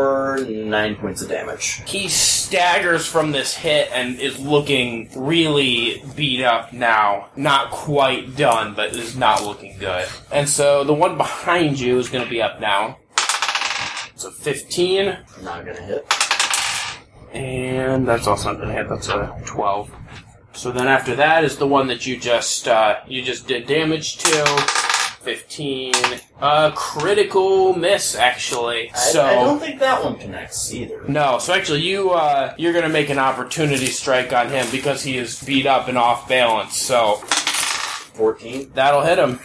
Speaker 6: nine points of damage.
Speaker 2: He staggers from this hit and is looking really beat up now. Not quite done, but is not looking good. And so the one behind you is going to be up now. So 15,
Speaker 6: Not gonna hit.
Speaker 2: and that's also not going to hit. That's a 12. So then after that is the one that you just uh, you just did damage to. 15, uh, critical miss actually.
Speaker 6: I,
Speaker 2: so
Speaker 6: I don't think that one connects either.
Speaker 2: No, so actually, you uh, you're gonna make an opportunity strike on him because he is beat up and off balance. So
Speaker 6: 14,
Speaker 2: that'll hit him,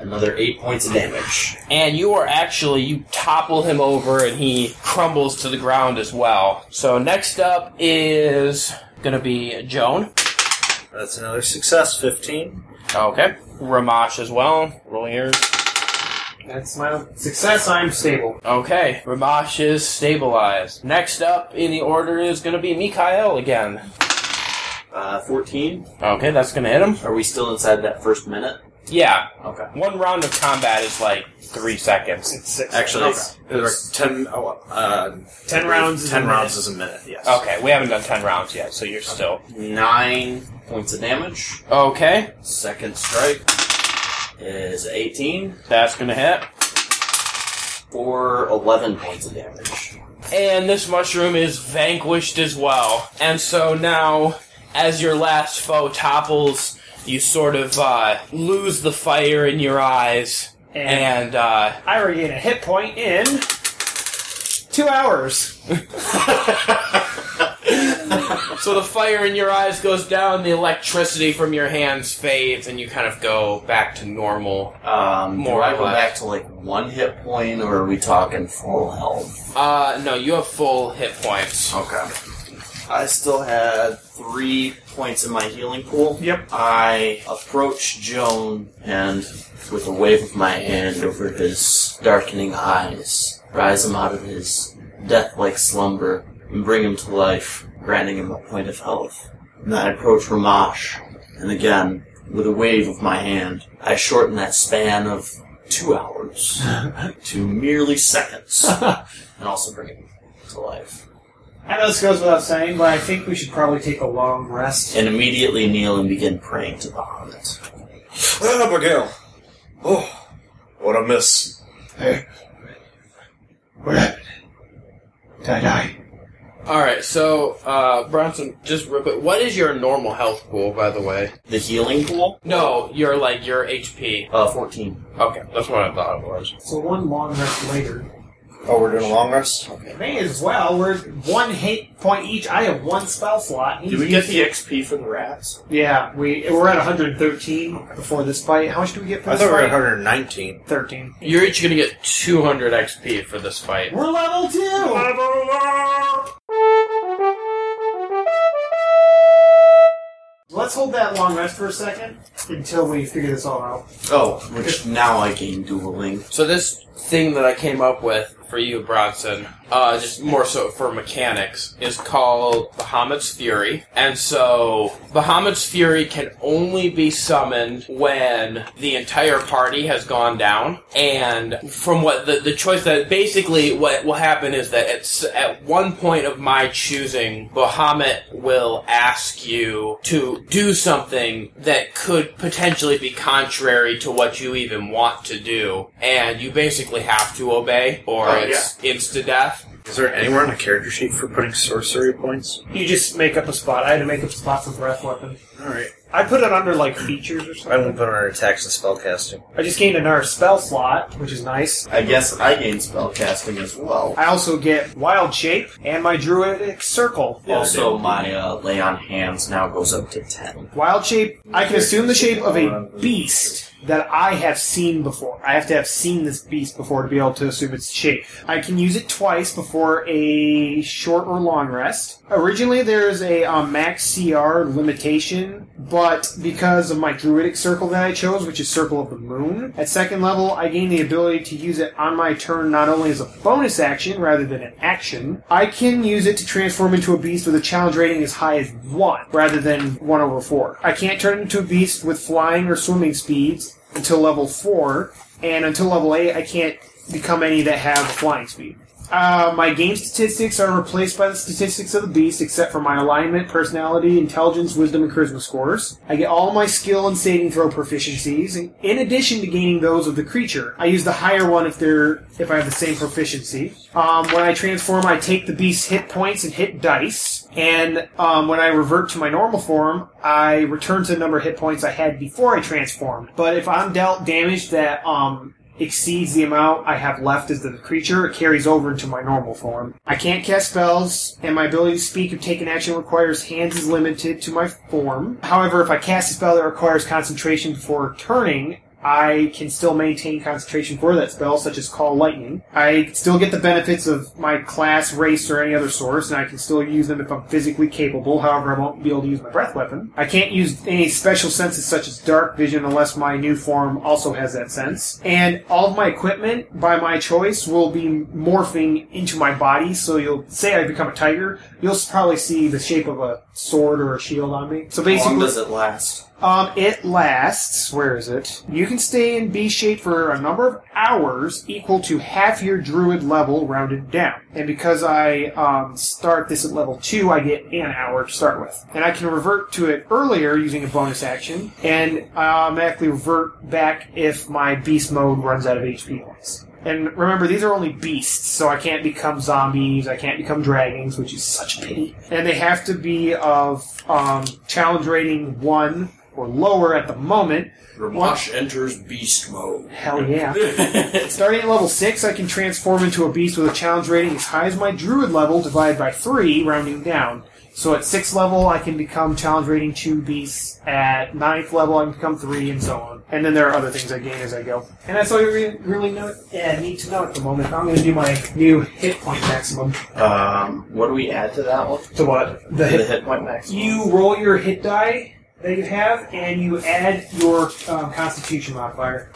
Speaker 6: another eight points of damage.
Speaker 2: and you are actually you topple him over, and he crumbles to the ground as well. So next up is gonna be Joan.
Speaker 4: That's another success. Fifteen.
Speaker 2: Okay, Ramash as well. Roll yours.
Speaker 7: That's my success. I'm stable.
Speaker 2: Okay, Ramash is stabilized. Next up in the order is gonna be Mikhail again.
Speaker 6: Uh, 14.
Speaker 2: Okay, that's gonna hit him.
Speaker 6: Are we still inside that first minute?
Speaker 2: Yeah,
Speaker 6: Okay.
Speaker 2: one round of combat is like three seconds.
Speaker 4: Actually, it's it's ten. Oh, uh,
Speaker 7: 10 rounds. is
Speaker 4: ten
Speaker 7: a
Speaker 4: rounds is a minute. Yes.
Speaker 2: Okay, we haven't done 10 rounds yet, so you're still.
Speaker 6: Nine points of damage.
Speaker 2: Okay,
Speaker 6: Second strike is 18
Speaker 2: that's gonna hit.
Speaker 6: for 11 points of damage.
Speaker 2: And this mushroom is vanquished as well. And so now, as your last foe topples, you sort of uh, lose the fire in your eyes. And, uh,
Speaker 7: I regain a hit point in two hours.
Speaker 2: so the fire in your eyes goes down, the electricity from your hands fades, and you kind of go back to normal.
Speaker 6: Um,
Speaker 2: More
Speaker 6: do I go
Speaker 2: or less.
Speaker 6: back to like one hit point, or are we talking full health?
Speaker 2: Uh, no, you have full hit points.
Speaker 6: Okay. I still had three points in my healing pool.
Speaker 7: Yep.
Speaker 6: I approach Joan and, with a wave of my hand over his darkening eyes, rise him out of his death-like slumber and bring him to life, granting him a point of health. And I approach Ramash, and again, with a wave of my hand, I shorten that span of two hours to merely seconds, and also bring him to life.
Speaker 7: I know this goes without saying, but I think we should probably take a long rest.
Speaker 6: and immediately kneel and begin praying to the Hobbit.
Speaker 4: Ah, Miguel. Oh, what a miss.
Speaker 10: Hey. What happened? Did I die?
Speaker 2: Alright, so, uh, Bronson, just real quick, what is your normal health pool, by the way?
Speaker 6: The healing pool?
Speaker 2: No, you're like your HP.
Speaker 6: Uh, 14.
Speaker 2: Okay, that's what I thought it was.
Speaker 7: So one long rest later.
Speaker 4: Oh, we're doing a long rest? Okay.
Speaker 5: May as well. We're one hit point each. I have one spell slot.
Speaker 2: Did we get the XP from the rats?
Speaker 5: Yeah, we we're at 113 before this fight. How much do we get for
Speaker 4: I
Speaker 5: this
Speaker 4: thought we were
Speaker 5: fight?
Speaker 4: at 119.
Speaker 5: 13.
Speaker 2: You're each gonna get 200 XP for this fight.
Speaker 5: We're level two. Let's hold that long rest for a second until we figure this all out.
Speaker 6: Oh, which now I gain dueling.
Speaker 2: So this thing that I came up with for you, Bronson, uh, just more so for mechanics, is called Bahamut's Fury. And so Bahamut's Fury can only be summoned when the entire party has gone down. And from what the, the choice that basically what will happen is that it's at one point of my choosing, Bahamut will ask you to do something that could potentially be contrary to what you even want to do, and you basically have to obey, or
Speaker 4: Oh,
Speaker 2: it's insta death.
Speaker 4: Is there anywhere on the character sheet for putting sorcery points?
Speaker 5: You just make up a spot. I had to make up a spot for breath weapon.
Speaker 4: Alright.
Speaker 5: I put it under like features or
Speaker 4: I won't
Speaker 5: something.
Speaker 4: put on our attacks and spellcasting.
Speaker 5: I just gained another spell slot, which is nice.
Speaker 6: I guess I gain spellcasting as well.
Speaker 5: I also get wild shape and my druidic circle.
Speaker 6: Also, my uh, lay on hands now goes up to 10.
Speaker 5: Wild shape. I can assume the shape of a beast that I have seen before. I have to have seen this beast before to be able to assume its shape. I can use it twice before a short or long rest. Originally, there's a um, max CR limitation, but because of my druidic circle that I chose, which is Circle of the Moon, at second level, I gain the ability to use it on my turn not only as a bonus action rather than an action. I can use it to transform into a beast with a challenge rating as high as 1 rather than 1 over 4. I can't turn into a beast with flying or swimming speeds until level 4, and until level 8, I can't become any that have a flying speed. Uh, my game statistics are replaced by the statistics of the beast, except for my alignment, personality, intelligence, wisdom, and charisma scores. I get all my skill and saving throw proficiencies, and in addition to gaining those of the creature. I use the higher one if they're if I have the same proficiency. Um, when I transform, I take the beast's hit points and hit dice, and um, when I revert to my normal form, I return to the number of hit points I had before I transformed. But if I'm dealt damage that um, exceeds the amount I have left as the creature, it carries over into my normal form. I can't cast spells, and my ability to speak or take an action requires hands is limited to my form. However, if I cast a spell that requires concentration before turning, I can still maintain concentration for that spell, such as Call Lightning. I still get the benefits of my class, race, or any other source, and I can still use them if I'm physically capable. However, I won't be able to use my breath weapon. I can't use any special senses such as dark vision unless my new form also has that sense. And all of my equipment, by my choice, will be morphing into my body. So you'll say I become a tiger, you'll probably see the shape of a sword or a shield on me. So
Speaker 6: How
Speaker 5: basically,
Speaker 6: long does it last?
Speaker 5: um, it lasts. Where is it? You can stay in B shape for a number of hours equal to half your druid level rounded down. And because I um, start this at level 2, I get an hour to start with. And I can revert to it earlier using a bonus action, and I automatically revert back if my beast mode runs out of HP points. And remember, these are only beasts, so I can't become zombies, I can't become dragons, which is such a pity. And they have to be of um, challenge rating 1 or lower at the moment.
Speaker 6: Ramash enters beast mode.
Speaker 5: Hell yeah. Starting at level 6, I can transform into a beast with a challenge rating as high as my druid level divided by 3, rounding down. So at 6th level, I can become challenge rating 2 beasts. At ninth level, I can become 3, and so on. And then there are other things I gain as I go. And that's all you re- really know, yeah, need to know at the moment. I'm going to do my new hit point maximum.
Speaker 6: Um, what do we add to that one?
Speaker 5: To what?
Speaker 6: The hit, point max.
Speaker 5: You roll your hit die that you have, and you add your um, Constitution modifier.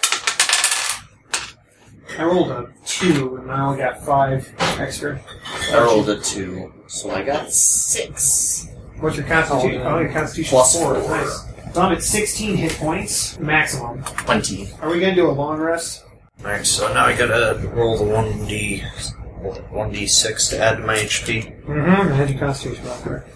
Speaker 5: I rolled a two, and I only got five extra.
Speaker 6: I rolled a two, so I got six.
Speaker 5: What's your Constitution? Oh, your Constitution
Speaker 6: Plus
Speaker 5: four.
Speaker 6: four.
Speaker 5: Nice. So I'm at 16 hit points maximum.
Speaker 6: Twenty.
Speaker 5: Are we gonna do a long rest?
Speaker 4: Alright, so now I gotta roll the 1d. 1d6 to add to my HP.
Speaker 5: Mm-hmm. Add your Constitution modifier.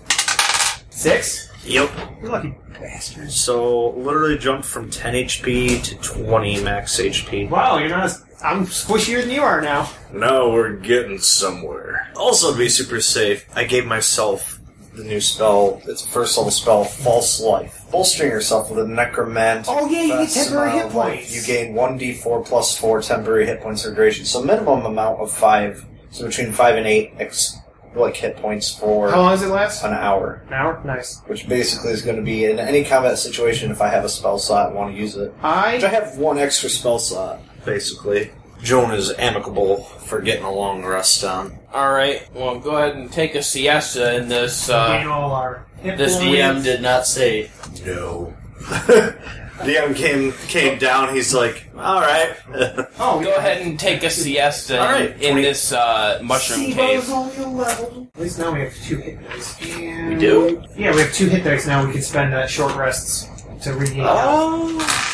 Speaker 5: Six.
Speaker 4: Yep.
Speaker 5: You lucky bastards.
Speaker 4: So, literally jumped from 10 HP to 20 max HP.
Speaker 5: Wow, you're not. As, I'm squishier than you are now.
Speaker 4: Now we're getting somewhere. Also, to be super safe, I gave myself the new spell. It's a first level spell, False Life. Bolstering yourself with a necromantic.
Speaker 5: Oh, yeah, you get
Speaker 4: fast
Speaker 5: temporary
Speaker 4: amount of
Speaker 5: hit
Speaker 4: life.
Speaker 5: points.
Speaker 4: You gain one d4 plus four temporary hit points of duration. So minimum amount of five. So between five and eight, ex- like hit points for
Speaker 5: How long does it last?
Speaker 4: an hour,
Speaker 5: An hour? Nice.
Speaker 4: which basically is going to be in any combat situation. If I have a spell slot and want to use it, which I
Speaker 5: I
Speaker 4: have one extra spell slot, basically. Joan is amicable for getting a long rest on.
Speaker 2: All right. Well, go ahead and take a siesta in this.
Speaker 7: we
Speaker 2: Uh,
Speaker 7: all are. Hip
Speaker 2: this
Speaker 7: boys.
Speaker 2: DM
Speaker 6: Did not say.
Speaker 4: No. DM came came down. He's like, all right.
Speaker 7: Oh,
Speaker 2: go ahead and take a siesta
Speaker 4: All right,
Speaker 2: in this uh, mushroom
Speaker 7: Sibo's
Speaker 2: cave.
Speaker 7: only a level.
Speaker 5: At least now we have two hit dice.
Speaker 7: We
Speaker 6: do?
Speaker 5: Yeah, we have two hit dice now. We can spend uh, short rests to regain health.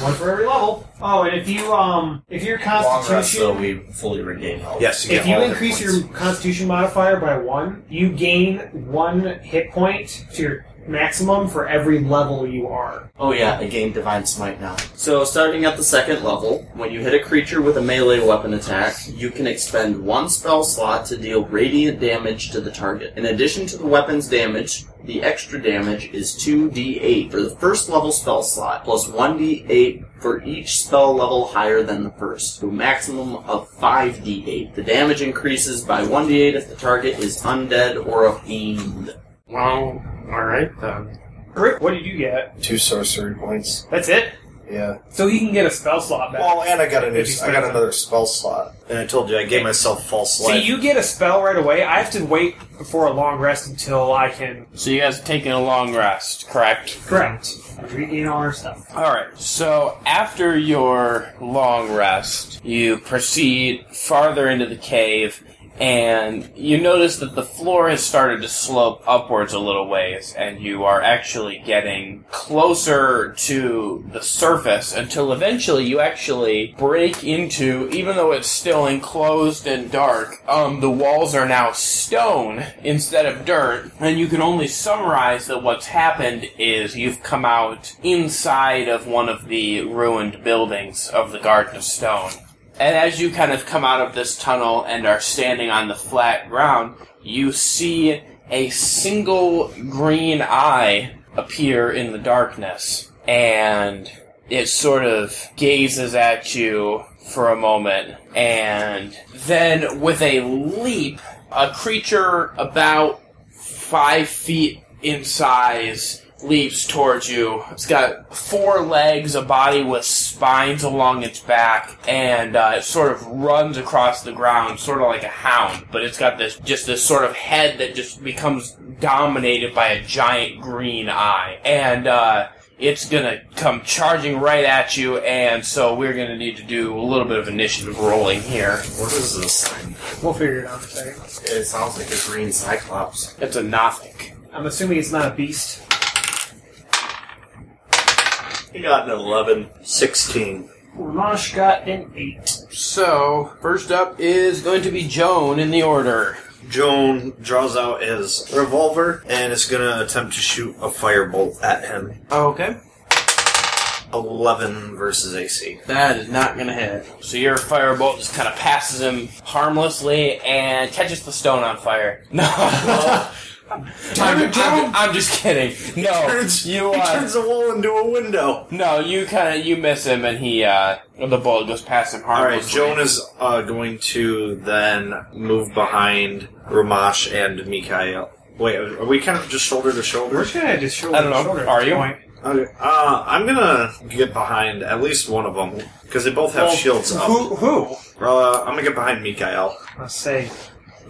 Speaker 7: One for every level.
Speaker 5: Oh, and if you um, if your
Speaker 6: Long rest,
Speaker 5: constitution,
Speaker 6: though, we uh, fully regain health.
Speaker 4: yes.
Speaker 5: if
Speaker 4: get
Speaker 5: you
Speaker 4: all the
Speaker 5: increase
Speaker 4: points.
Speaker 5: your constitution modifier by one, you gain one hit point to your maximum for every level you are.
Speaker 6: Oh yeah, I gained divine smite now. So starting at the second level, when you hit a creature with a melee weapon attack, you can expend one spell slot to deal radiant damage to the target. In addition to the weapon's damage, the extra damage is 2d8 for the first level spell slot, plus 1d8 for each spell level higher than the first, to a maximum of 5d8. The damage increases by 1d8 if the target is undead or a fiend.
Speaker 2: Well, all right then.
Speaker 5: Rick, what did you get?
Speaker 4: two sorcery points.
Speaker 5: That's it.
Speaker 4: Yeah.
Speaker 5: So he can get a spell slot back.
Speaker 4: Well, and I got a new.
Speaker 5: If you
Speaker 4: I got
Speaker 5: spend-
Speaker 4: another spell slot. And I told you I gave myself false
Speaker 5: See, you get a spell right away. I have to wait before a long rest until I can.
Speaker 2: So you guys are taking a long rest, correct?
Speaker 5: Correct. Regain all our stuff.
Speaker 2: All right. So after your long rest, you proceed farther into the cave, and you notice that the floor has started to slope upwards a little ways, and you are actually getting closer to the surface until eventually you actually break into, even though it's still enclosed and dark, um, the walls are now stone instead of dirt, and you can only summarize that what's happened is you've come out inside of one of the ruined buildings of the Garden of Stone. And as you kind of come out of this tunnel and are standing on the flat ground, you see a single green eye appear in the darkness. And it sort of gazes at you for a moment. And then, with a leap, a creature about five feet in size leaps towards you. It's got four legs, a body with spines along its back, and uh, it sort of runs across the ground, sort of like a hound. But it's got this just this sort of head that just becomes dominated by a giant green eye, and. Uh, it's gonna come charging right at you, and so we're gonna need to do a little bit of initiative rolling here.
Speaker 6: What is this thing?
Speaker 5: We'll figure it out in a second.
Speaker 6: It sounds like a green cyclops.
Speaker 2: It's a Nothic.
Speaker 5: I'm assuming it's not a beast.
Speaker 4: You got an 11. 16.
Speaker 5: Ramash got an eight.
Speaker 2: So, first up is going to be Joan in the order.
Speaker 4: Joan draws out his revolver and is going to attempt to shoot a firebolt at him.
Speaker 2: Okay.
Speaker 4: 11 versus AC.
Speaker 2: That is not going to hit. So your firebolt just kind of passes him harmlessly and catches the stone on fire. No. I'm, I'm- I'm just kidding.
Speaker 4: Oh,
Speaker 2: No, you
Speaker 4: he
Speaker 2: uh,
Speaker 4: turns the wall into a window.
Speaker 2: no, you kind of you miss him, and he uh, the bullet goes past him
Speaker 4: All right,
Speaker 2: harmlessly.
Speaker 4: Joan is uh, going to then move behind Ramash and Mikhail. Wait, are we kind of just shoulder to shoulder?
Speaker 5: Which guy just shoulder
Speaker 2: I don't know.
Speaker 5: to shoulder at
Speaker 2: Are
Speaker 5: this
Speaker 2: you?
Speaker 5: point?
Speaker 4: Okay. Uh, I'm gonna get behind at least one of them because they both have
Speaker 5: Well,
Speaker 4: shields up.
Speaker 5: Who? Who?
Speaker 4: Uh, I'm gonna get behind Mikhail.
Speaker 5: I say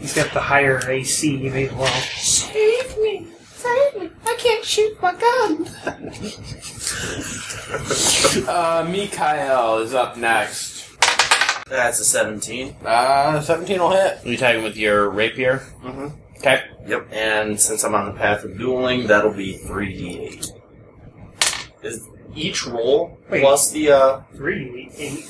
Speaker 5: he's got the higher AC. He may as well.
Speaker 12: Save me! Save me! I can't shoot my gun!
Speaker 2: Uh, Mikhail is up next.
Speaker 6: That's a 17.
Speaker 2: Uh, seventeen will hit. You tagging with your rapier. Mm-hmm. Okay.
Speaker 6: Yep. And since I'm on the path of dueling, that'll be 3d8. Is each roll
Speaker 5: Wait.
Speaker 6: plus the uh
Speaker 5: Three eight.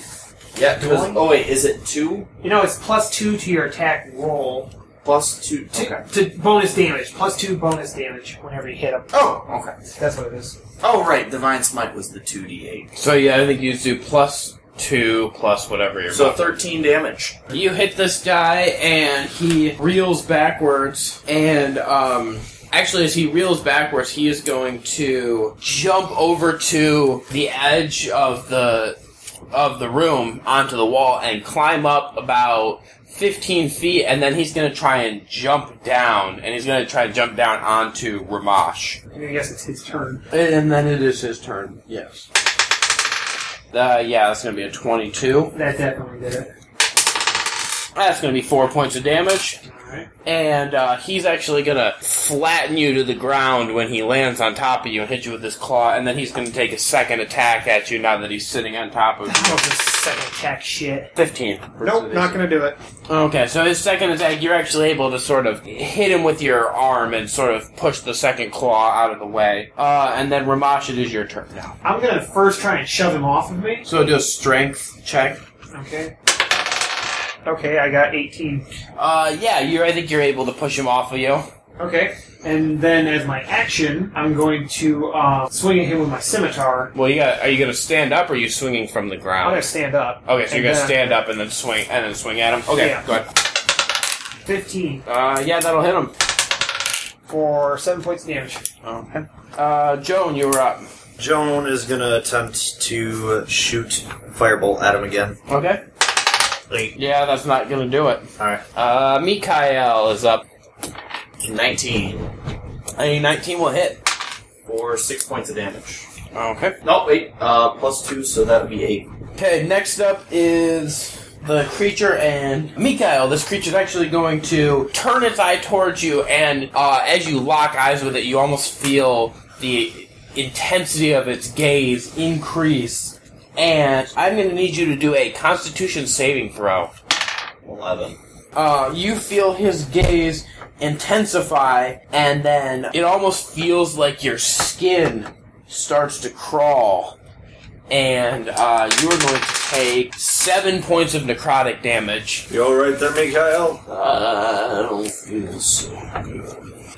Speaker 6: yeah, 'cause-
Speaker 5: Dueling?
Speaker 6: oh wait, is it 2
Speaker 5: You know, it's plus two to your attack roll
Speaker 6: plus 2?
Speaker 5: to, to bonus damage. Plus two bonus damage whenever you hit him.
Speaker 6: Oh, okay.
Speaker 5: That's what it is.
Speaker 6: Oh right, divine smite was the 2d8.
Speaker 2: So yeah, I think you do plus two plus whatever your
Speaker 6: So
Speaker 2: mod-
Speaker 6: 13 damage.
Speaker 2: You hit this guy, and he reels backwards. And um, actually, as he reels backwards, he is going to jump over to the edge of the of the room onto the wall and climb up about. 15 feet, and then he's gonna try and jump down, and he's gonna try and jump down onto Ramash.
Speaker 5: I guess it's his turn.
Speaker 2: And then it is his turn, yes. Uh, yeah, that's gonna be a 22.
Speaker 5: That definitely did it.
Speaker 2: That's going to be four points of damage. And uh, he's actually going to flatten you to the ground when he lands on top of you and hit you with his claw, and then he's going to take a second attack at you now that he's sitting on top of you.
Speaker 5: Second attack shit.
Speaker 2: 15.
Speaker 5: Nope, not gonna do it.
Speaker 2: Okay, so his second attack, you're actually able to sort of hit him with your arm and sort of push the second claw out of the way. Uh, and then Ramash, it is your turn now.
Speaker 5: I'm gonna first try and shove him off of me.
Speaker 2: So do a strength check.
Speaker 5: Okay. Okay, I got 18.
Speaker 2: Uh, yeah, you. I think you're able to push him off of you.
Speaker 5: Okay. And then as my action, I'm going to uh, swing at him with my scimitar.
Speaker 2: Well, you got. Are you going to stand up, or are you swinging from the
Speaker 5: I'm
Speaker 2: ground?
Speaker 5: gonna stand up.
Speaker 2: Okay, so
Speaker 5: And
Speaker 2: you're gonna
Speaker 5: then-
Speaker 2: stand up and then swing and then swing at him. Okay,
Speaker 5: Yeah.
Speaker 2: go ahead.
Speaker 5: 15
Speaker 2: Uh, yeah, that'll hit him.
Speaker 5: for 7 points of damage.
Speaker 2: Okay. Uh, Joan, you were up.
Speaker 4: Joan is gonna attempt to shoot firebolt at him again.
Speaker 2: Okay.
Speaker 4: Like,
Speaker 2: Yeah, that's not gonna do it.
Speaker 4: All right.
Speaker 2: Uh, Mikael is up.
Speaker 6: 19
Speaker 2: A 19 will hit.
Speaker 6: for 6 points of damage.
Speaker 2: Okay.
Speaker 6: No, wait. Uh, plus 2, so that would be 8.
Speaker 2: Okay, next up is the creature and Mikael. This creature's actually going to turn its eye towards you, and uh, as you lock eyes with it, you almost feel the intensity of its gaze increase. And I'm going to need you to do a Constitution saving throw.
Speaker 6: 11.
Speaker 2: Uh, you feel his gaze intensify, and then it almost feels like your skin starts to crawl. And uh, you're going to take seven points of necrotic damage.
Speaker 4: You alright there, Mikhail?
Speaker 6: I don't feel so good.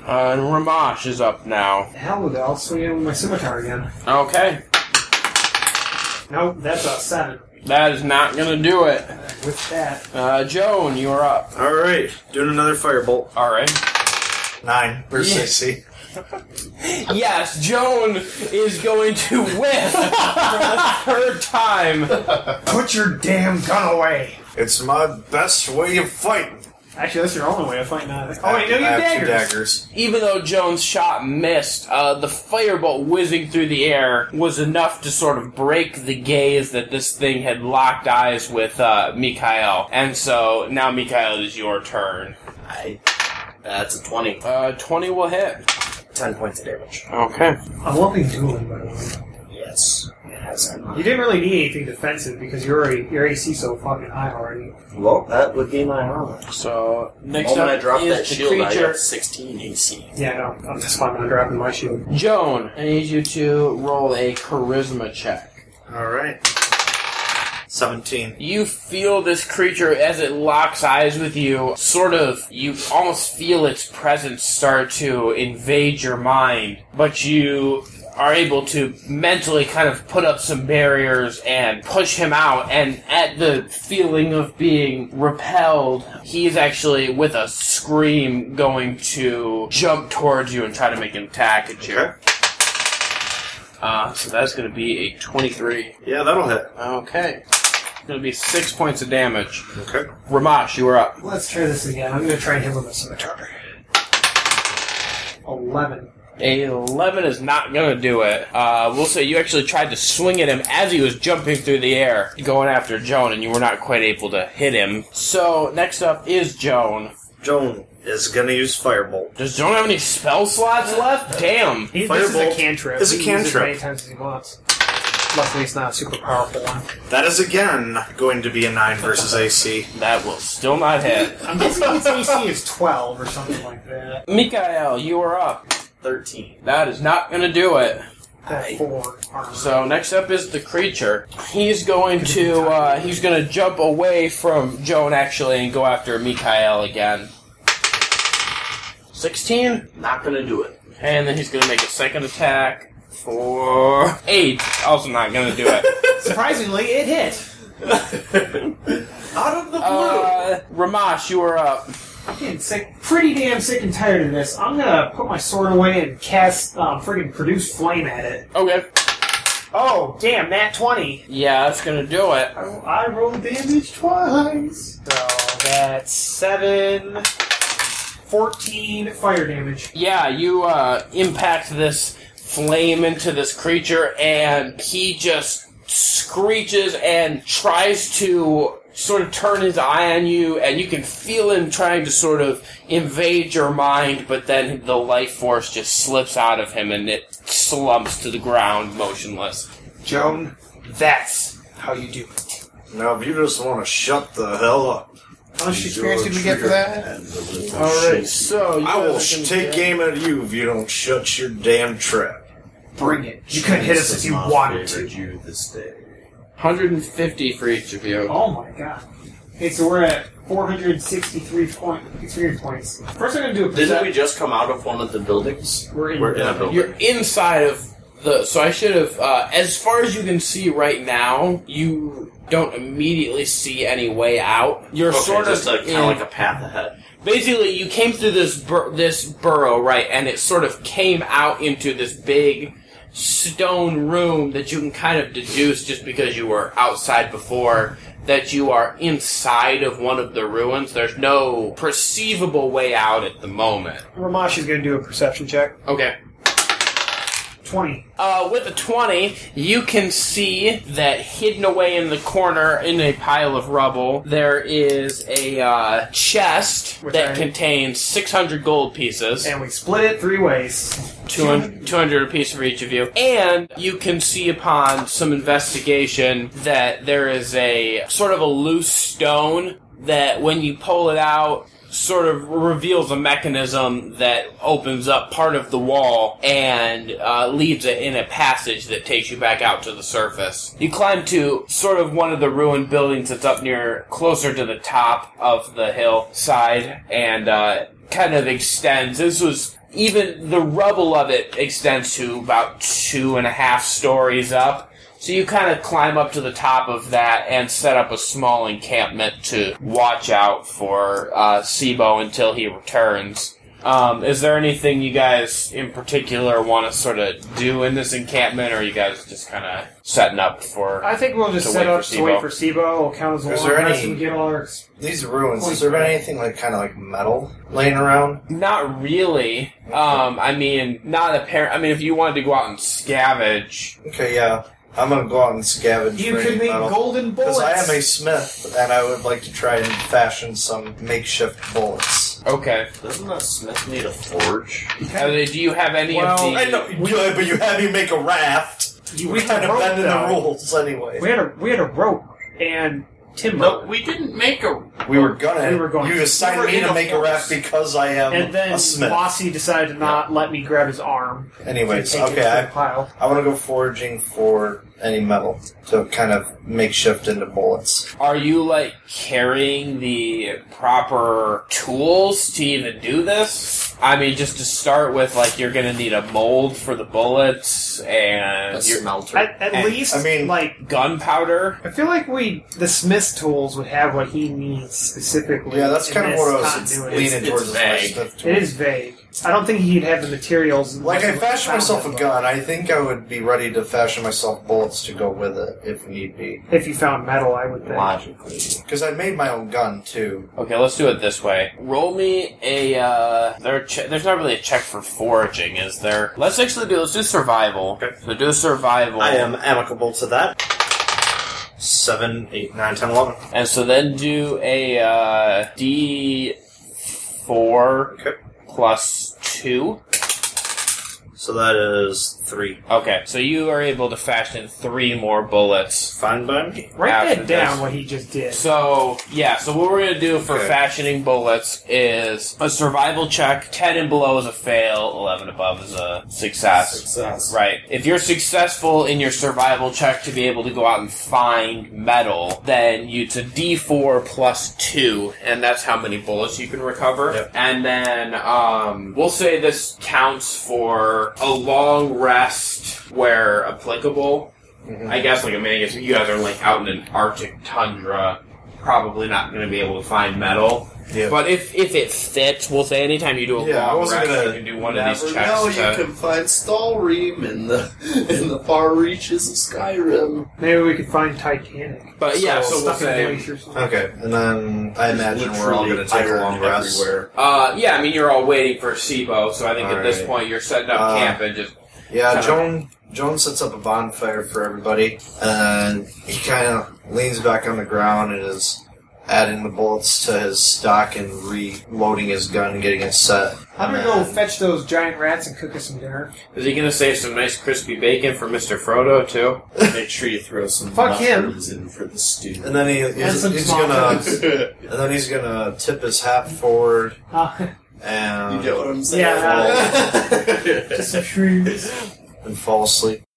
Speaker 2: Uh, and Ramash is up now.
Speaker 5: Hell with it, I'll swing at him with my scimitar again.
Speaker 2: Okay,
Speaker 5: Nope, that's a 7.
Speaker 2: that is not going to do it.
Speaker 5: With that,
Speaker 2: Uh, Joan, you're up.
Speaker 4: Alright, doing another firebolt.
Speaker 2: All right.
Speaker 4: Nine versus
Speaker 2: Yeah.
Speaker 4: AC.
Speaker 2: Yes, Joan is going to whiff for the third time.
Speaker 5: put your damn gun away!
Speaker 4: It's my best way of fighting.
Speaker 5: Actually, that's your only way of fighting that. Oh, wait, no,
Speaker 4: I
Speaker 5: you
Speaker 4: have two
Speaker 5: daggers!
Speaker 4: daggers.
Speaker 2: Even though Jones' shot missed, uh, the firebolt whizzing through the air was enough to sort of break the gaze that this thing had locked eyes with uh, Mikhail. And so now, Mikhail, it is your turn.
Speaker 6: I, that's a 20.
Speaker 2: Uh, 20 will hit.
Speaker 6: 10 points of damage.
Speaker 2: Okay.
Speaker 5: I'm loving dueling, by the way.
Speaker 6: Yes. Yes.
Speaker 5: You didn't really need anything defensive because your your AC so fucking high already.
Speaker 6: Well, that would be my armor.
Speaker 2: So
Speaker 6: The
Speaker 2: next
Speaker 6: moment I
Speaker 2: up
Speaker 6: dropped
Speaker 2: is
Speaker 6: that
Speaker 2: the
Speaker 6: shield, I
Speaker 2: creature.
Speaker 6: got 16 AC.
Speaker 5: Yeah, no, I'm just fine. I'm dropping my shield.
Speaker 2: Joan, I need you to roll a charisma check.
Speaker 4: Alright. 17.
Speaker 2: You feel this creature as it locks eyes with you, sort of, you almost feel its presence start to invade your mind, but you are able to mentally kind of put up some barriers and push him out, and at the feeling of being repelled, he is actually, with a scream, going to jump towards you and try to make an attack at you. Uh, so that's going to be a 23.
Speaker 4: Yeah, that'll hit.
Speaker 2: Okay. It'll be six points of damage.
Speaker 4: Okay.
Speaker 2: Ramash, you are up.
Speaker 5: Let's try this again. I'm gonna try and hit with a scimitar. Eleven.
Speaker 2: A 11 is not going to do it. Uh, we'll say you actually tried to swing at him as he was jumping through the air, going after Joan, and you were not quite able to hit him. So, next up is Joan.
Speaker 4: Joan is gonna use firebolt.
Speaker 2: Does Joan have any spell slots left? Damn.
Speaker 5: He, this is
Speaker 4: Firebolt
Speaker 5: a cantrip.
Speaker 4: is a
Speaker 5: He can use it
Speaker 4: cantrip.
Speaker 5: many times as he wants. Luckily, it's not a super powerful one.
Speaker 4: That is again going to be a 9 versus AC.
Speaker 2: That will still not hit.
Speaker 5: I'm guessing its AC is twelve or something like that.
Speaker 2: Mikael, you are up.
Speaker 6: 13.
Speaker 2: That is not going to do it.
Speaker 5: That four armor.
Speaker 2: So next up is the creature. He's going to uh, he's going to jump away from Joan actually and go after Mikhail again. Sixteen,
Speaker 6: Not gonna do it.
Speaker 2: and then he's going to make a second attack for eight. Also not going to do it.
Speaker 5: Surprisingly, it hit.
Speaker 2: Out of the blue. Uh, Ramash, you are up.
Speaker 5: I'm getting sick, pretty damn sick and tired of this. I'm gonna put my sword away and cast um, friggin' produce flame at it.
Speaker 2: Okay.
Speaker 5: Oh, damn, that 20.
Speaker 2: Yeah, that's gonna do it.
Speaker 5: I rolled damage twice. So that's 7, 14 fire damage.
Speaker 2: Yeah, you uh, impact this flame into this creature, and he just screeches and tries to sort of turn his eye on you, and you can feel him trying to sort of invade your mind, but then the life force just slips out of him and it slumps to the ground motionless.
Speaker 5: Joan, that's how you do it.
Speaker 4: Now, if you just want to shut the hell up.
Speaker 7: How much experience did we get for that?
Speaker 4: All right,
Speaker 2: so
Speaker 4: I will
Speaker 7: guys are gonna
Speaker 4: take
Speaker 7: get-
Speaker 4: aim at you if you don't shut your damn trap.
Speaker 5: Bring it. You could hit us if you wanted to.
Speaker 4: You this day.
Speaker 2: 150 for each of you.
Speaker 5: Oh my god. Okay, so we're at 463 point, experience points. First, I'm gonna do a
Speaker 6: Didn't we just come out of one of the buildings?
Speaker 5: We're in-
Speaker 6: We're in a building.
Speaker 2: You're inside of the. So I should have. Uh, as far as you can see right now, you don't immediately see any way out. You're
Speaker 6: Okay,
Speaker 2: sort of
Speaker 6: just like- kinda
Speaker 2: in-
Speaker 6: like a path ahead.
Speaker 2: Basically, you came through this bur- this burrow, right, and it sort of came out into this big stone room that you can kind of deduce just because you were outside before that you are inside of one of the ruins. There's no perceivable way out at the moment.
Speaker 5: Ramash is gonna do a perception check.
Speaker 2: Okay.
Speaker 5: 20.
Speaker 2: Uh, with a 20, you can see that hidden away in the corner in a pile of rubble, there is a uh, chest
Speaker 5: With
Speaker 2: that
Speaker 5: a-
Speaker 2: contains 600 gold pieces.
Speaker 5: And we split it three ways.
Speaker 2: 200, 200 apiece for each of you. And you can see upon some investigation that there is a sort of a loose stone that when you pull it out, sort of reveals a mechanism that opens up part of the wall and uh, leaves it in a passage that takes you back out to the surface. You climb to sort of one of the ruined buildings that's up near, closer to the top of the hillside, and uh, kind of extends. This was even the rubble of it extends to about two and a half stories up. So you kind of climb up to the top of that and set up a small encampment to watch out for uh, Sibo until he returns. Um, is there anything you guys in particular want to sort of do in this encampment, or are you guys just kind of setting up for?
Speaker 5: I think we'll just
Speaker 2: To
Speaker 5: set
Speaker 2: wait
Speaker 5: up
Speaker 2: for
Speaker 5: to wait
Speaker 2: Sibo.
Speaker 5: for SIBO. We'll count as one.
Speaker 4: Is there
Speaker 5: rest
Speaker 4: any-
Speaker 5: and get all our
Speaker 4: These ruins, has there been anything like kind of like metal laying around?
Speaker 2: Not really. Um, I mean, not apparent. I mean, if you wanted to go out and scavenge,
Speaker 4: Okay, yeah. I'm gonna go out and scavenge.
Speaker 5: You could make golden
Speaker 4: Because
Speaker 5: bullets.
Speaker 4: I am a smith, and I would like to try and fashion some makeshift bullets.
Speaker 2: okay.
Speaker 6: Doesn't that smith need a forge?
Speaker 2: Uh, do you have any
Speaker 5: Well,
Speaker 2: of the?
Speaker 4: I know you could, but you have me make a raft.
Speaker 5: You-
Speaker 4: We
Speaker 5: we had
Speaker 4: kind
Speaker 5: a
Speaker 4: of
Speaker 5: rope,
Speaker 4: bending the
Speaker 5: though.
Speaker 4: rules anyway.
Speaker 5: We had a we had a rope and timber.
Speaker 6: No, we didn't make a.
Speaker 4: We were gonna.
Speaker 5: We were going-
Speaker 4: You assigned
Speaker 5: we were
Speaker 4: me to
Speaker 5: in a
Speaker 4: make a raft because I am
Speaker 5: And then
Speaker 4: a smith.
Speaker 5: Bossy decided to not let me grab his arm.
Speaker 4: Anyways,
Speaker 5: and take it
Speaker 4: okay,
Speaker 5: to the
Speaker 4: I-
Speaker 5: pile.
Speaker 4: I want to go foraging for any metal to kind of makeshift into bullets.
Speaker 2: Are you like carrying the proper tools to even do this? I mean, just to start with, like you're gonna need a mold for the bullets
Speaker 6: A
Speaker 2: and your
Speaker 6: smelter.
Speaker 5: At, at
Speaker 2: And-
Speaker 5: least,
Speaker 4: I mean-
Speaker 5: like
Speaker 2: gunpowder.
Speaker 5: I feel like we the Smith's tools would have what he needs specifically.
Speaker 4: Yeah, that's
Speaker 5: in
Speaker 4: kind of
Speaker 5: this
Speaker 4: what I was
Speaker 5: continuity.
Speaker 4: leaning
Speaker 6: It's-
Speaker 4: towards. as
Speaker 6: it's
Speaker 4: my
Speaker 6: vague.
Speaker 4: smith tool.
Speaker 5: It is vague. I don't think he'd have the materials.
Speaker 4: Like I
Speaker 5: unless
Speaker 4: fashion
Speaker 5: found
Speaker 4: myself
Speaker 5: metal.
Speaker 4: a gun, I think I would be ready to fashion myself bullets to go with it if need be.
Speaker 5: If you found metal, I would think.
Speaker 6: Logically.
Speaker 4: Because I made my own gun too.
Speaker 2: Okay, let's do it this way. Roll me a. Uh, there, che- there's not really a check for foraging, is there? Let's actually do. Let's do survival. So do a survival.
Speaker 4: amicable to that. Seven, eight, nine, ten, eleven.
Speaker 2: And so then do a uh, D four
Speaker 4: Okay.
Speaker 2: plus two.
Speaker 4: So that is three.
Speaker 2: Okay, so you are able to fashion three more bullets.
Speaker 4: Fine by me.
Speaker 5: Write
Speaker 2: after
Speaker 5: that down.
Speaker 2: this.
Speaker 5: What he just did.
Speaker 2: So yeah, so what we're gonna do for
Speaker 4: Okay.
Speaker 2: fashioning bullets is a survival check. Ten and below is a fail. Eleven above is a success.
Speaker 4: Success.
Speaker 2: Right. If you're successful in your survival check to be able to go out and find metal, then you, it's a D4 plus two, and that's how many bullets you can recover.
Speaker 4: Yep.
Speaker 2: And then um, we'll say this counts for a long rest where applicable.
Speaker 6: Mm-hmm.
Speaker 2: I guess like a man, I guess if you guys are like out in an Arctic tundra, probably not going to be able to find metal.
Speaker 13: Yeah.
Speaker 2: But if if it fits, we'll say anytime you do a
Speaker 6: Yeah, I
Speaker 2: long
Speaker 6: wasn't
Speaker 2: rest,
Speaker 6: gonna
Speaker 2: you can do one of
Speaker 6: Never
Speaker 2: these
Speaker 6: know,
Speaker 2: checks.
Speaker 6: you
Speaker 2: to-
Speaker 6: can find Stalream in the in the far reaches of Skyrim.
Speaker 5: Maybe we could find Titanic.
Speaker 2: But yeah, so,
Speaker 5: So,
Speaker 2: we'll
Speaker 5: stuff in
Speaker 2: say.
Speaker 5: glaciers or something.
Speaker 4: Okay, and then I imagine we're all going to take a long rest.
Speaker 2: Uh, yeah, I mean you're all waiting for SIBO, so I think at this
Speaker 4: Alright.
Speaker 2: point you're setting up
Speaker 4: Uh,
Speaker 2: camp and just
Speaker 4: Yeah,
Speaker 2: Kinda-
Speaker 4: Joan Joan sets up a bonfire for everybody, and he kind of leans back on the ground and is adding the bullets to his stock and reloading his gun and getting it set.
Speaker 5: I'm gonna go fetch those giant rats and cook us some dinner.
Speaker 2: Is he gonna save some nice crispy bacon for Mr. Frodo too? Make sure you throw some.
Speaker 5: Fuck him.
Speaker 6: in for the stew.
Speaker 4: And then he,
Speaker 5: And
Speaker 4: he's,
Speaker 5: some
Speaker 4: he's
Speaker 5: small
Speaker 4: gonna
Speaker 5: guns.
Speaker 4: and then he's gonna tip his hat forward
Speaker 5: Uh,
Speaker 4: and
Speaker 6: You know what I'm saying?
Speaker 5: Yeah. uh,
Speaker 4: fall,
Speaker 5: just some shrooms.
Speaker 4: and fall asleep.